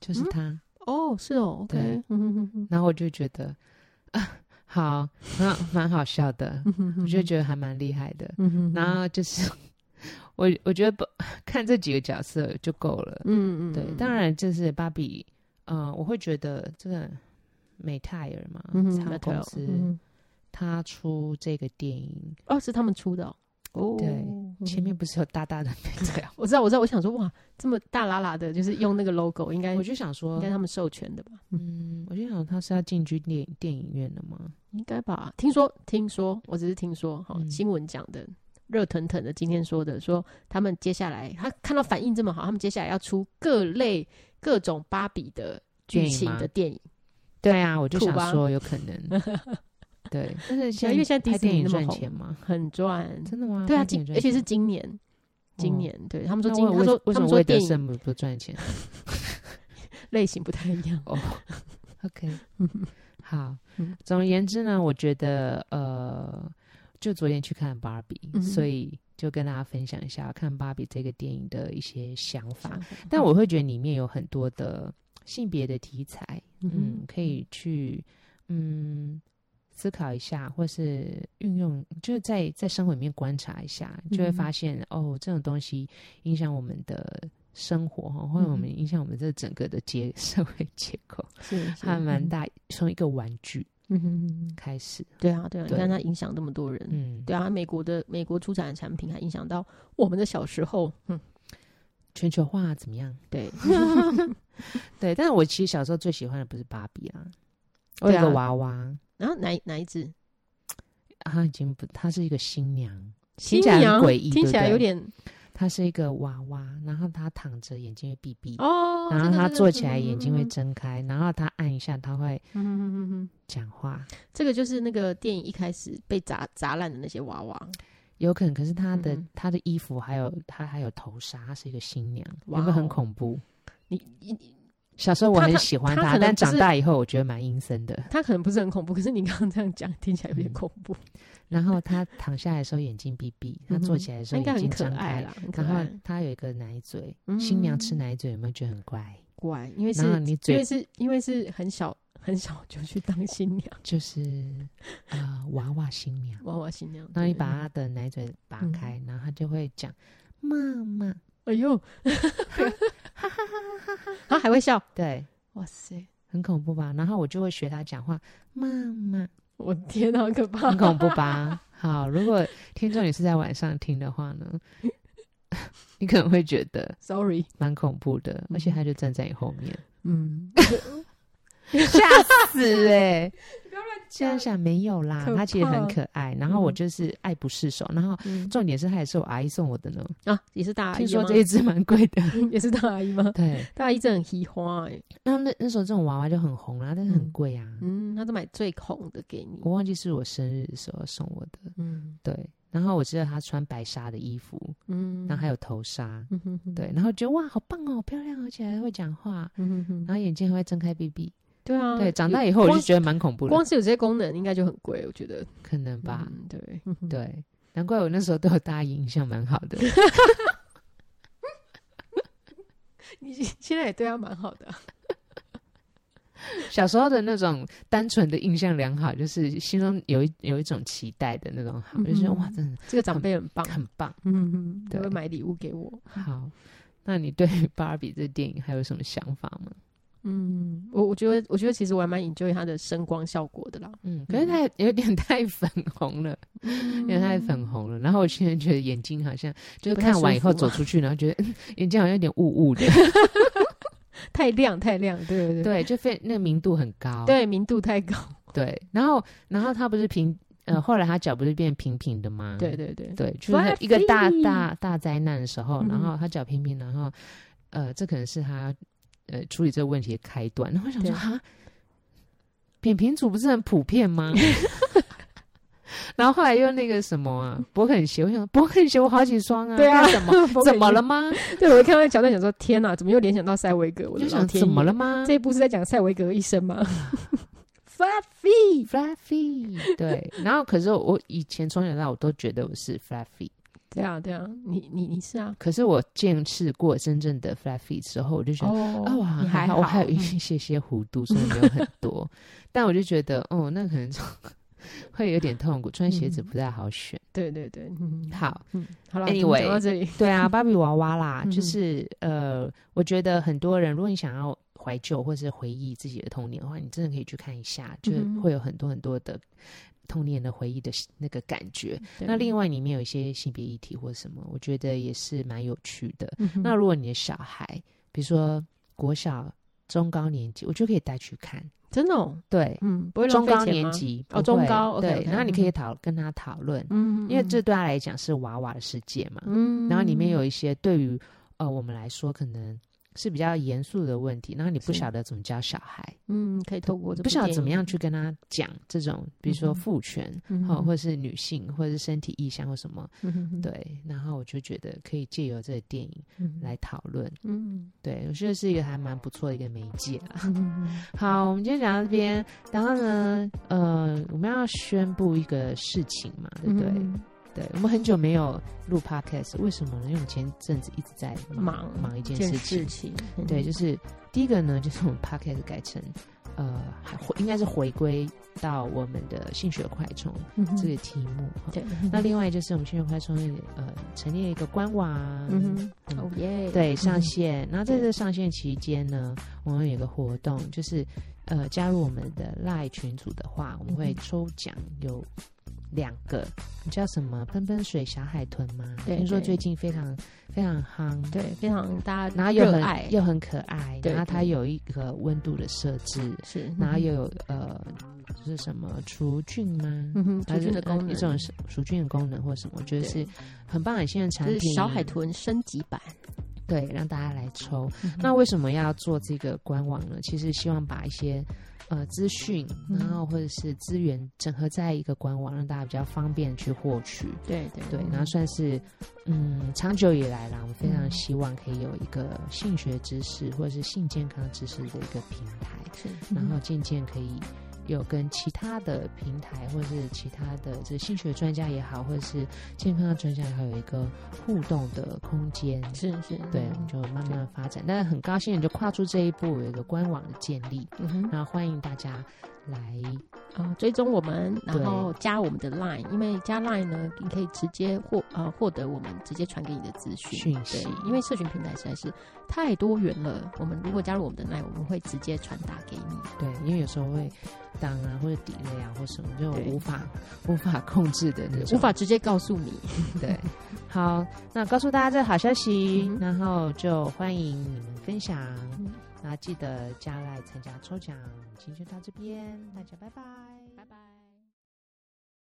[SPEAKER 2] 就是
[SPEAKER 1] 嗯
[SPEAKER 2] 他，
[SPEAKER 1] 哦，是哦，OK，
[SPEAKER 2] 对
[SPEAKER 1] 嗯哼哼哼
[SPEAKER 2] 然后我就觉得 啊好，那蛮好笑的，
[SPEAKER 1] 嗯哼哼，
[SPEAKER 2] 我就觉得还蛮厉害的，
[SPEAKER 1] 嗯哼哼，
[SPEAKER 2] 然后就是我我觉得不 看这几个角色就够了。
[SPEAKER 1] 嗯嗯，
[SPEAKER 2] 对，
[SPEAKER 1] 嗯
[SPEAKER 2] 当，然就是芭比，呃嗯、我会觉得这个美泰尔嘛，
[SPEAKER 1] 嗯
[SPEAKER 2] 唱
[SPEAKER 1] 哼，
[SPEAKER 2] 公司，
[SPEAKER 1] 嗯
[SPEAKER 2] 他出这个电影，
[SPEAKER 1] 哦，是他们出的哦。哦
[SPEAKER 2] 对
[SPEAKER 1] 嗯
[SPEAKER 2] 前面不是有大大的 那个
[SPEAKER 1] 我知道，我知道，我想说，哇，这么大拉拉的，就是用那个 logo，应该哎
[SPEAKER 2] 我
[SPEAKER 1] 应
[SPEAKER 2] 就想说
[SPEAKER 1] 该，他们授权的吧？
[SPEAKER 2] 嗯，我就想他是要进军电电影院的吗？
[SPEAKER 1] 应该吧？听说，听说，我只是听说，哈、
[SPEAKER 2] 嗯
[SPEAKER 1] 新闻讲的，热腾腾的，今天说的，说他们接下来，他看到反应这么好，他们接下来要出各类各种芭比的剧情的电影，
[SPEAKER 2] 对啊，我就
[SPEAKER 1] 土
[SPEAKER 2] 想
[SPEAKER 1] 吧
[SPEAKER 2] 说有 可能，对，但是现在
[SPEAKER 1] 因为现在迪
[SPEAKER 2] 拍
[SPEAKER 1] 士尼
[SPEAKER 2] 电影
[SPEAKER 1] 那么
[SPEAKER 2] 赚
[SPEAKER 1] 红
[SPEAKER 2] 钱吗？
[SPEAKER 1] 很赚。
[SPEAKER 2] 真的吗？
[SPEAKER 1] 对啊，
[SPEAKER 2] 拍电
[SPEAKER 1] 今
[SPEAKER 2] 影赚
[SPEAKER 1] 而且
[SPEAKER 2] 钱
[SPEAKER 1] 是
[SPEAKER 2] 吗
[SPEAKER 1] 今年，今年、对他们说
[SPEAKER 2] 那
[SPEAKER 1] 今，
[SPEAKER 2] 为
[SPEAKER 1] 他说
[SPEAKER 2] 为
[SPEAKER 1] 他
[SPEAKER 2] 什
[SPEAKER 1] 们
[SPEAKER 2] 么
[SPEAKER 1] 说
[SPEAKER 2] 魏德
[SPEAKER 1] 电影
[SPEAKER 2] 圣不不赚钱？
[SPEAKER 1] 类型不太一样。
[SPEAKER 2] 哦，OK，好
[SPEAKER 1] 嗯。
[SPEAKER 2] 总而言之呢，我觉得呃，就昨天去看芭比，
[SPEAKER 1] 嗯
[SPEAKER 2] 所以就跟大家分享一下看芭比这个电影的一些想法
[SPEAKER 1] 想。
[SPEAKER 2] 但我会觉得里面有很多的性别的题材，
[SPEAKER 1] 嗯
[SPEAKER 2] 嗯，
[SPEAKER 1] 哼
[SPEAKER 2] 可以去嗯思考一下，或是运用，就是在在生活里面观察一下，就会
[SPEAKER 1] 嗯哼
[SPEAKER 2] 发现、哦，这种东西影响我们的生活哈，或者我
[SPEAKER 1] 嗯
[SPEAKER 2] 们影响我们这整个的结 社会结构，
[SPEAKER 1] 是是
[SPEAKER 2] 还蛮，大。从一个玩具
[SPEAKER 1] 嗯哼嗯哼，
[SPEAKER 2] 开始，
[SPEAKER 1] 对啊对啊，你
[SPEAKER 2] 对
[SPEAKER 1] 看它影响那么多人，
[SPEAKER 2] 嗯，
[SPEAKER 1] 对啊，美国的美国出产的产品还影响到我们的小时候，嗯，
[SPEAKER 2] 全球化怎么样？
[SPEAKER 1] 对，
[SPEAKER 2] 对，但是我其实小时候最喜欢的不是芭比啦，我
[SPEAKER 1] 对
[SPEAKER 2] 有
[SPEAKER 1] 啊
[SPEAKER 2] 个娃娃，
[SPEAKER 1] 然后哪一哪一只
[SPEAKER 2] 她已经不，她是一个新娘。
[SPEAKER 1] 新
[SPEAKER 2] 听起来很
[SPEAKER 1] 娘
[SPEAKER 2] 诡异
[SPEAKER 1] 听
[SPEAKER 2] 对
[SPEAKER 1] 起
[SPEAKER 2] 不
[SPEAKER 1] 来有
[SPEAKER 2] 对
[SPEAKER 1] 点
[SPEAKER 2] 它是一个娃娃，然后它躺着眼睛会闭闭，
[SPEAKER 1] 哦，
[SPEAKER 2] 然后
[SPEAKER 1] 对
[SPEAKER 2] 它坐起来
[SPEAKER 1] 嗯
[SPEAKER 2] 眼睛会，睁开，然后它按一下它会
[SPEAKER 1] 对对对嗯嗯嗯嗯嗯嗯，
[SPEAKER 2] 讲话，
[SPEAKER 1] 这个就是那个电影一开始被砸砸烂的那些娃娃，
[SPEAKER 2] 有可能可是它的
[SPEAKER 1] 嗯嗯
[SPEAKER 2] 它的衣服还有它还有头纱，它是一个新娘，有
[SPEAKER 1] 哇
[SPEAKER 2] 没有很
[SPEAKER 1] 哦
[SPEAKER 2] 恐怖？
[SPEAKER 1] 你你
[SPEAKER 2] 小时候我
[SPEAKER 1] 它
[SPEAKER 2] 很
[SPEAKER 1] 它
[SPEAKER 2] 喜欢
[SPEAKER 1] 它
[SPEAKER 2] 它，
[SPEAKER 1] 可能
[SPEAKER 2] 但
[SPEAKER 1] 不
[SPEAKER 2] 长
[SPEAKER 1] 是
[SPEAKER 2] 大以后我觉得蛮阴森的。
[SPEAKER 1] 它可能不是很恐怖，可是你刚刚这样讲，听起来有点
[SPEAKER 2] 嗯
[SPEAKER 1] 恐怖，
[SPEAKER 2] 然后它躺下来的时候眼睛闭闭，它坐起来的时
[SPEAKER 1] 它嗯
[SPEAKER 2] 候
[SPEAKER 1] 应该
[SPEAKER 2] 眼
[SPEAKER 1] 很
[SPEAKER 2] 睛
[SPEAKER 1] 可
[SPEAKER 2] 张
[SPEAKER 1] 爱
[SPEAKER 2] 开，
[SPEAKER 1] 啦，很可
[SPEAKER 2] 然后
[SPEAKER 1] 爱，
[SPEAKER 2] 它有一个奶嘴，新娘吃
[SPEAKER 1] 嗯
[SPEAKER 2] 奶嘴有没有觉得很乖？
[SPEAKER 1] 乖，因为是
[SPEAKER 2] 然后你
[SPEAKER 1] 因
[SPEAKER 2] 嘴
[SPEAKER 1] 为是因为是很小很小就去当新娘，
[SPEAKER 2] 就是啊、呃娃娃新 娘。
[SPEAKER 1] 娃娃新娘。
[SPEAKER 2] 然
[SPEAKER 1] 对嗯
[SPEAKER 2] 后你把他的奶嘴拔开，然后他就会讲妈妈，
[SPEAKER 1] 哎呦，他啊还会笑，
[SPEAKER 2] 对，
[SPEAKER 1] 哇塞，
[SPEAKER 2] 很恐怖吧？然后我就会学他讲话，妈 妈，
[SPEAKER 1] 我的天啊，好可怕
[SPEAKER 2] 很！恐怖吧？好，如果听众你是在晚上听的话呢， 你可能会觉得
[SPEAKER 1] Sorry，
[SPEAKER 2] 蛮恐怖的，
[SPEAKER 1] 嗯
[SPEAKER 2] 而且他就站在你后面，
[SPEAKER 1] 嗯，
[SPEAKER 2] 吓死哎、 现在想没有啦
[SPEAKER 1] 可，怕
[SPEAKER 2] 他其实很可爱，然后我就是爱不释手，然后
[SPEAKER 1] 嗯
[SPEAKER 2] 重点是他也是我阿姨送我的呢，
[SPEAKER 1] 啊，也是大阿姨
[SPEAKER 2] 听说
[SPEAKER 1] 吗
[SPEAKER 2] 这一只蛮贵 的，
[SPEAKER 1] 也是大阿姨吗？
[SPEAKER 2] 对。
[SPEAKER 1] 大阿姨真的很喜花哎，
[SPEAKER 2] 那那那时候这种娃娃就很红啦，但是很贵啊。
[SPEAKER 1] 嗯，她都买最红的给你，
[SPEAKER 2] 我忘记是我生日的时候送我的，
[SPEAKER 1] 嗯
[SPEAKER 2] 对。然后我记得她穿白纱的衣服，
[SPEAKER 1] 嗯，
[SPEAKER 2] 然后还有头纱，
[SPEAKER 1] 嗯哼哼，
[SPEAKER 2] 对。然后觉得哇，好棒哦，漂亮，而且还会讲话，
[SPEAKER 1] 嗯哼哼，
[SPEAKER 2] 然后眼睛还会睁开闭闭。
[SPEAKER 1] 对啊，
[SPEAKER 2] 对，长大
[SPEAKER 1] 有
[SPEAKER 2] 以后我就
[SPEAKER 1] 光
[SPEAKER 2] 觉得蛮恐怖的
[SPEAKER 1] 光，是有这些功能应该就很贵，我觉得
[SPEAKER 2] 可能吧，
[SPEAKER 1] 嗯对，
[SPEAKER 2] 对。难怪我那时候对我大姨印象蛮好 的，
[SPEAKER 1] 你现在也对她蛮好的啊，
[SPEAKER 2] 小时候的那种单纯的印象良好，就是心中有一有一种期待的那种好，就觉得
[SPEAKER 1] 嗯
[SPEAKER 2] 哇，真
[SPEAKER 1] 这个长辈很棒
[SPEAKER 2] 的，很棒。
[SPEAKER 1] 嗯哼，
[SPEAKER 2] 对
[SPEAKER 1] 都会买礼物给我。
[SPEAKER 2] 好，那你对于芭比这电影还有什么想法吗？
[SPEAKER 1] 嗯，我我觉得，我觉得其实我还蛮 enjoy 它的声光效果的啦，
[SPEAKER 2] 嗯，可是它有点太粉红了，有点太粉红了。然后我现在觉得眼睛好像就是
[SPEAKER 1] 不太
[SPEAKER 2] 看完以后
[SPEAKER 1] 舒服
[SPEAKER 2] 走
[SPEAKER 1] 吗
[SPEAKER 2] 出去，然后觉得、嗯 眼睛好像有点雾雾的，
[SPEAKER 1] 太亮太亮，对对对，
[SPEAKER 2] 对，啊就非那个明度很高，
[SPEAKER 1] 对明度太高，
[SPEAKER 2] 对。然后然后它不是平呃，后来它脚不是变平平的吗？
[SPEAKER 1] 对对对，
[SPEAKER 2] 对，就是一个
[SPEAKER 1] Fluffy
[SPEAKER 2] 大大大灾难的时候，
[SPEAKER 1] 嗯
[SPEAKER 2] 然后他脚平平，然后呃，这可能是他呃处理这个问题的开端。然后我想说，
[SPEAKER 1] 对
[SPEAKER 2] 哈，扁平足不是很普遍吗？ 然后后来又那个什么啊，勃肯鞋，我想说勃肯鞋我好几双啊，
[SPEAKER 1] 对啊
[SPEAKER 2] 那怎么 怎么了？吗？
[SPEAKER 1] 对我一看到桥段，想说天哪，怎么又联想到塞维格？我
[SPEAKER 2] 我
[SPEAKER 1] 的
[SPEAKER 2] 就
[SPEAKER 1] 老
[SPEAKER 2] 想
[SPEAKER 1] 天
[SPEAKER 2] 怎么
[SPEAKER 1] 爷？
[SPEAKER 2] 了吗？
[SPEAKER 1] 这一部是在讲塞维格一生 吗？Fat feet，
[SPEAKER 2] fluffy 对，然后可是我以前从小到大我都觉得我是 fluffy，
[SPEAKER 1] 对啊对啊，你你你是啊，
[SPEAKER 2] 可是我见识过真正的 fluffy 之后，我就觉得。
[SPEAKER 1] 哦
[SPEAKER 2] 啊，我好
[SPEAKER 1] 你
[SPEAKER 2] 像
[SPEAKER 1] 还
[SPEAKER 2] 还好，我还有一
[SPEAKER 1] 嗯
[SPEAKER 2] 些些弧度，所以没有很多。但我就觉得，哦，那可能 会有点痛苦，穿鞋子
[SPEAKER 1] 嗯
[SPEAKER 2] 不太好选。
[SPEAKER 1] 对对对，嗯，
[SPEAKER 2] 好，
[SPEAKER 1] 嗯，好了
[SPEAKER 2] Anyway
[SPEAKER 1] 讲到这里，
[SPEAKER 2] 对啊，芭比娃娃啦，
[SPEAKER 1] 嗯
[SPEAKER 2] 就是呃，我觉得很多人，如果你想要怀旧或是回忆自己的童年的话，你真的可以去看一下，就
[SPEAKER 1] 嗯哼
[SPEAKER 2] 会有很多很多的童年的回忆的那个感觉。
[SPEAKER 1] 对
[SPEAKER 2] 那另外里面有一些性别议题或什么，我觉得也是蛮有趣的。
[SPEAKER 1] 嗯哼
[SPEAKER 2] 那如果你的小孩，比如说国小、中高年级，我就可以带去看。
[SPEAKER 1] 真的哦，
[SPEAKER 2] 对，
[SPEAKER 1] 嗯，不会浪
[SPEAKER 2] 中
[SPEAKER 1] 费
[SPEAKER 2] 高
[SPEAKER 1] 钱
[SPEAKER 2] 年
[SPEAKER 1] 吗，
[SPEAKER 2] 级
[SPEAKER 1] 哦
[SPEAKER 2] 不
[SPEAKER 1] 中
[SPEAKER 2] 会
[SPEAKER 1] 高
[SPEAKER 2] 对，
[SPEAKER 1] ，OK，OK，
[SPEAKER 2] 然后你可以
[SPEAKER 1] 嗯
[SPEAKER 2] 讨跟他讨论，
[SPEAKER 1] 嗯，
[SPEAKER 2] 因为这
[SPEAKER 1] 嗯，
[SPEAKER 2] 对他来讲是娃娃的世界嘛。
[SPEAKER 1] 嗯，
[SPEAKER 2] 然后里面有一些对于呃我们来说可能是比较严肃的问题，然后你不
[SPEAKER 1] 是
[SPEAKER 2] 晓得怎么教小孩，
[SPEAKER 1] 嗯，可以透过这
[SPEAKER 2] 不
[SPEAKER 1] 部
[SPEAKER 2] 晓得
[SPEAKER 1] 电
[SPEAKER 2] 怎么
[SPEAKER 1] 影
[SPEAKER 2] 样，去跟他讲这种，比如
[SPEAKER 1] 嗯
[SPEAKER 2] 说
[SPEAKER 1] 哼
[SPEAKER 2] 父权，
[SPEAKER 1] 嗯
[SPEAKER 2] 哦，
[SPEAKER 1] 哼
[SPEAKER 2] 或者是女性，或者是身体意向或什么，
[SPEAKER 1] 嗯哼哼，
[SPEAKER 2] 对。然后我就觉得可以借由这个电影
[SPEAKER 1] 嗯
[SPEAKER 2] 来讨论，
[SPEAKER 1] 嗯
[SPEAKER 2] 对我觉得是一个还蛮不错的一个媒介啦。
[SPEAKER 1] 嗯嗯嗯
[SPEAKER 2] 好，我们今天讲到这边，然后呢，呃，我们要宣布一个事情嘛，对不对？
[SPEAKER 1] 嗯
[SPEAKER 2] 对，我们很久没有录 podcast，为什么呢？因为我们前阵子一直在忙
[SPEAKER 1] 忙
[SPEAKER 2] 忙一件
[SPEAKER 1] 件
[SPEAKER 2] 事情
[SPEAKER 1] 事。情，嗯
[SPEAKER 2] 对，就是第一个呢，就是我们 podcast 改成呃，还回应该是回归到我们的性学快充
[SPEAKER 1] 嗯哼
[SPEAKER 2] 这个题目哈。
[SPEAKER 1] 对，
[SPEAKER 2] 那另外就是我们性学快充也呃成立了一个官网，
[SPEAKER 1] 嗯哼，
[SPEAKER 2] 嗯
[SPEAKER 1] 哦耶，
[SPEAKER 2] 对上
[SPEAKER 1] 嗯
[SPEAKER 2] 线。那在这上线期间呢，我们有一个活动，就是呃加入我们的赖群组的话，我们会
[SPEAKER 1] 嗯
[SPEAKER 2] 抽奖有两个，你叫什么？奔奔水小海豚吗？
[SPEAKER 1] 对
[SPEAKER 2] 听说
[SPEAKER 1] 对
[SPEAKER 2] 最近非常非常夯。
[SPEAKER 1] 对，非常大
[SPEAKER 2] 然
[SPEAKER 1] 家
[SPEAKER 2] 后又
[SPEAKER 1] 热
[SPEAKER 2] 很
[SPEAKER 1] 爱
[SPEAKER 2] 又很可爱，
[SPEAKER 1] 对
[SPEAKER 2] 然后它
[SPEAKER 1] 对
[SPEAKER 2] 有一个温度的设置，
[SPEAKER 1] 是，
[SPEAKER 2] 然后
[SPEAKER 1] 嗯
[SPEAKER 2] 又有呃，就是什么除菌吗？
[SPEAKER 1] 嗯哼，
[SPEAKER 2] 它
[SPEAKER 1] 除菌的
[SPEAKER 2] 是呃
[SPEAKER 1] 功能，
[SPEAKER 2] 一种是除菌的功能或什么，我觉得
[SPEAKER 1] 对
[SPEAKER 2] 是很棒很新的产
[SPEAKER 1] 就是
[SPEAKER 2] 品。
[SPEAKER 1] 小海豚升级版。
[SPEAKER 2] 对，让大家来抽。
[SPEAKER 1] 嗯
[SPEAKER 2] 那为什么要做这个官网呢？其实希望把一些呃资讯，
[SPEAKER 1] 嗯
[SPEAKER 2] 然后或者是资源整合在一个官网，让大家比较方便去获取。
[SPEAKER 1] 对对
[SPEAKER 2] 对，然后算是嗯，长久以来啦，我们非常
[SPEAKER 1] 嗯
[SPEAKER 2] 希望可以有一个性学知识或者是性健康知识的一个平台，
[SPEAKER 1] 嗯是，
[SPEAKER 2] 然后渐渐可以有跟其他的平台或者是其他的这性学专家也好，或者是健康的专家也好，有一个互动的空间。
[SPEAKER 1] 是是，
[SPEAKER 2] 对，我们就慢慢发展，但是很高兴你就跨出这一步，有一个官网的建立，
[SPEAKER 1] 嗯哼，
[SPEAKER 2] 然后欢迎大家来
[SPEAKER 1] 啊，追踪我们，然
[SPEAKER 2] 对
[SPEAKER 1] 后加我们的 Line，因为加 Line 呢，你可以直接获呃获得我们直接传给你的资讯
[SPEAKER 2] 讯
[SPEAKER 1] 对
[SPEAKER 2] 息，
[SPEAKER 1] 因为社群平台实在是太多元了。我们如果加入我们的 Line，我们会直接传达给你。
[SPEAKER 2] 对，因为有时候会当啊，或者 delay 啊，或什么，就
[SPEAKER 1] 对
[SPEAKER 2] 无法无法控制的那种。
[SPEAKER 1] 无法直接告诉你，
[SPEAKER 2] 对。好，那告诉大家这好消息，
[SPEAKER 1] 嗯哼
[SPEAKER 2] 然后就欢迎你们分享，
[SPEAKER 1] 嗯
[SPEAKER 2] 然后记得加来参加抽奖。今天就到这边，大家拜拜。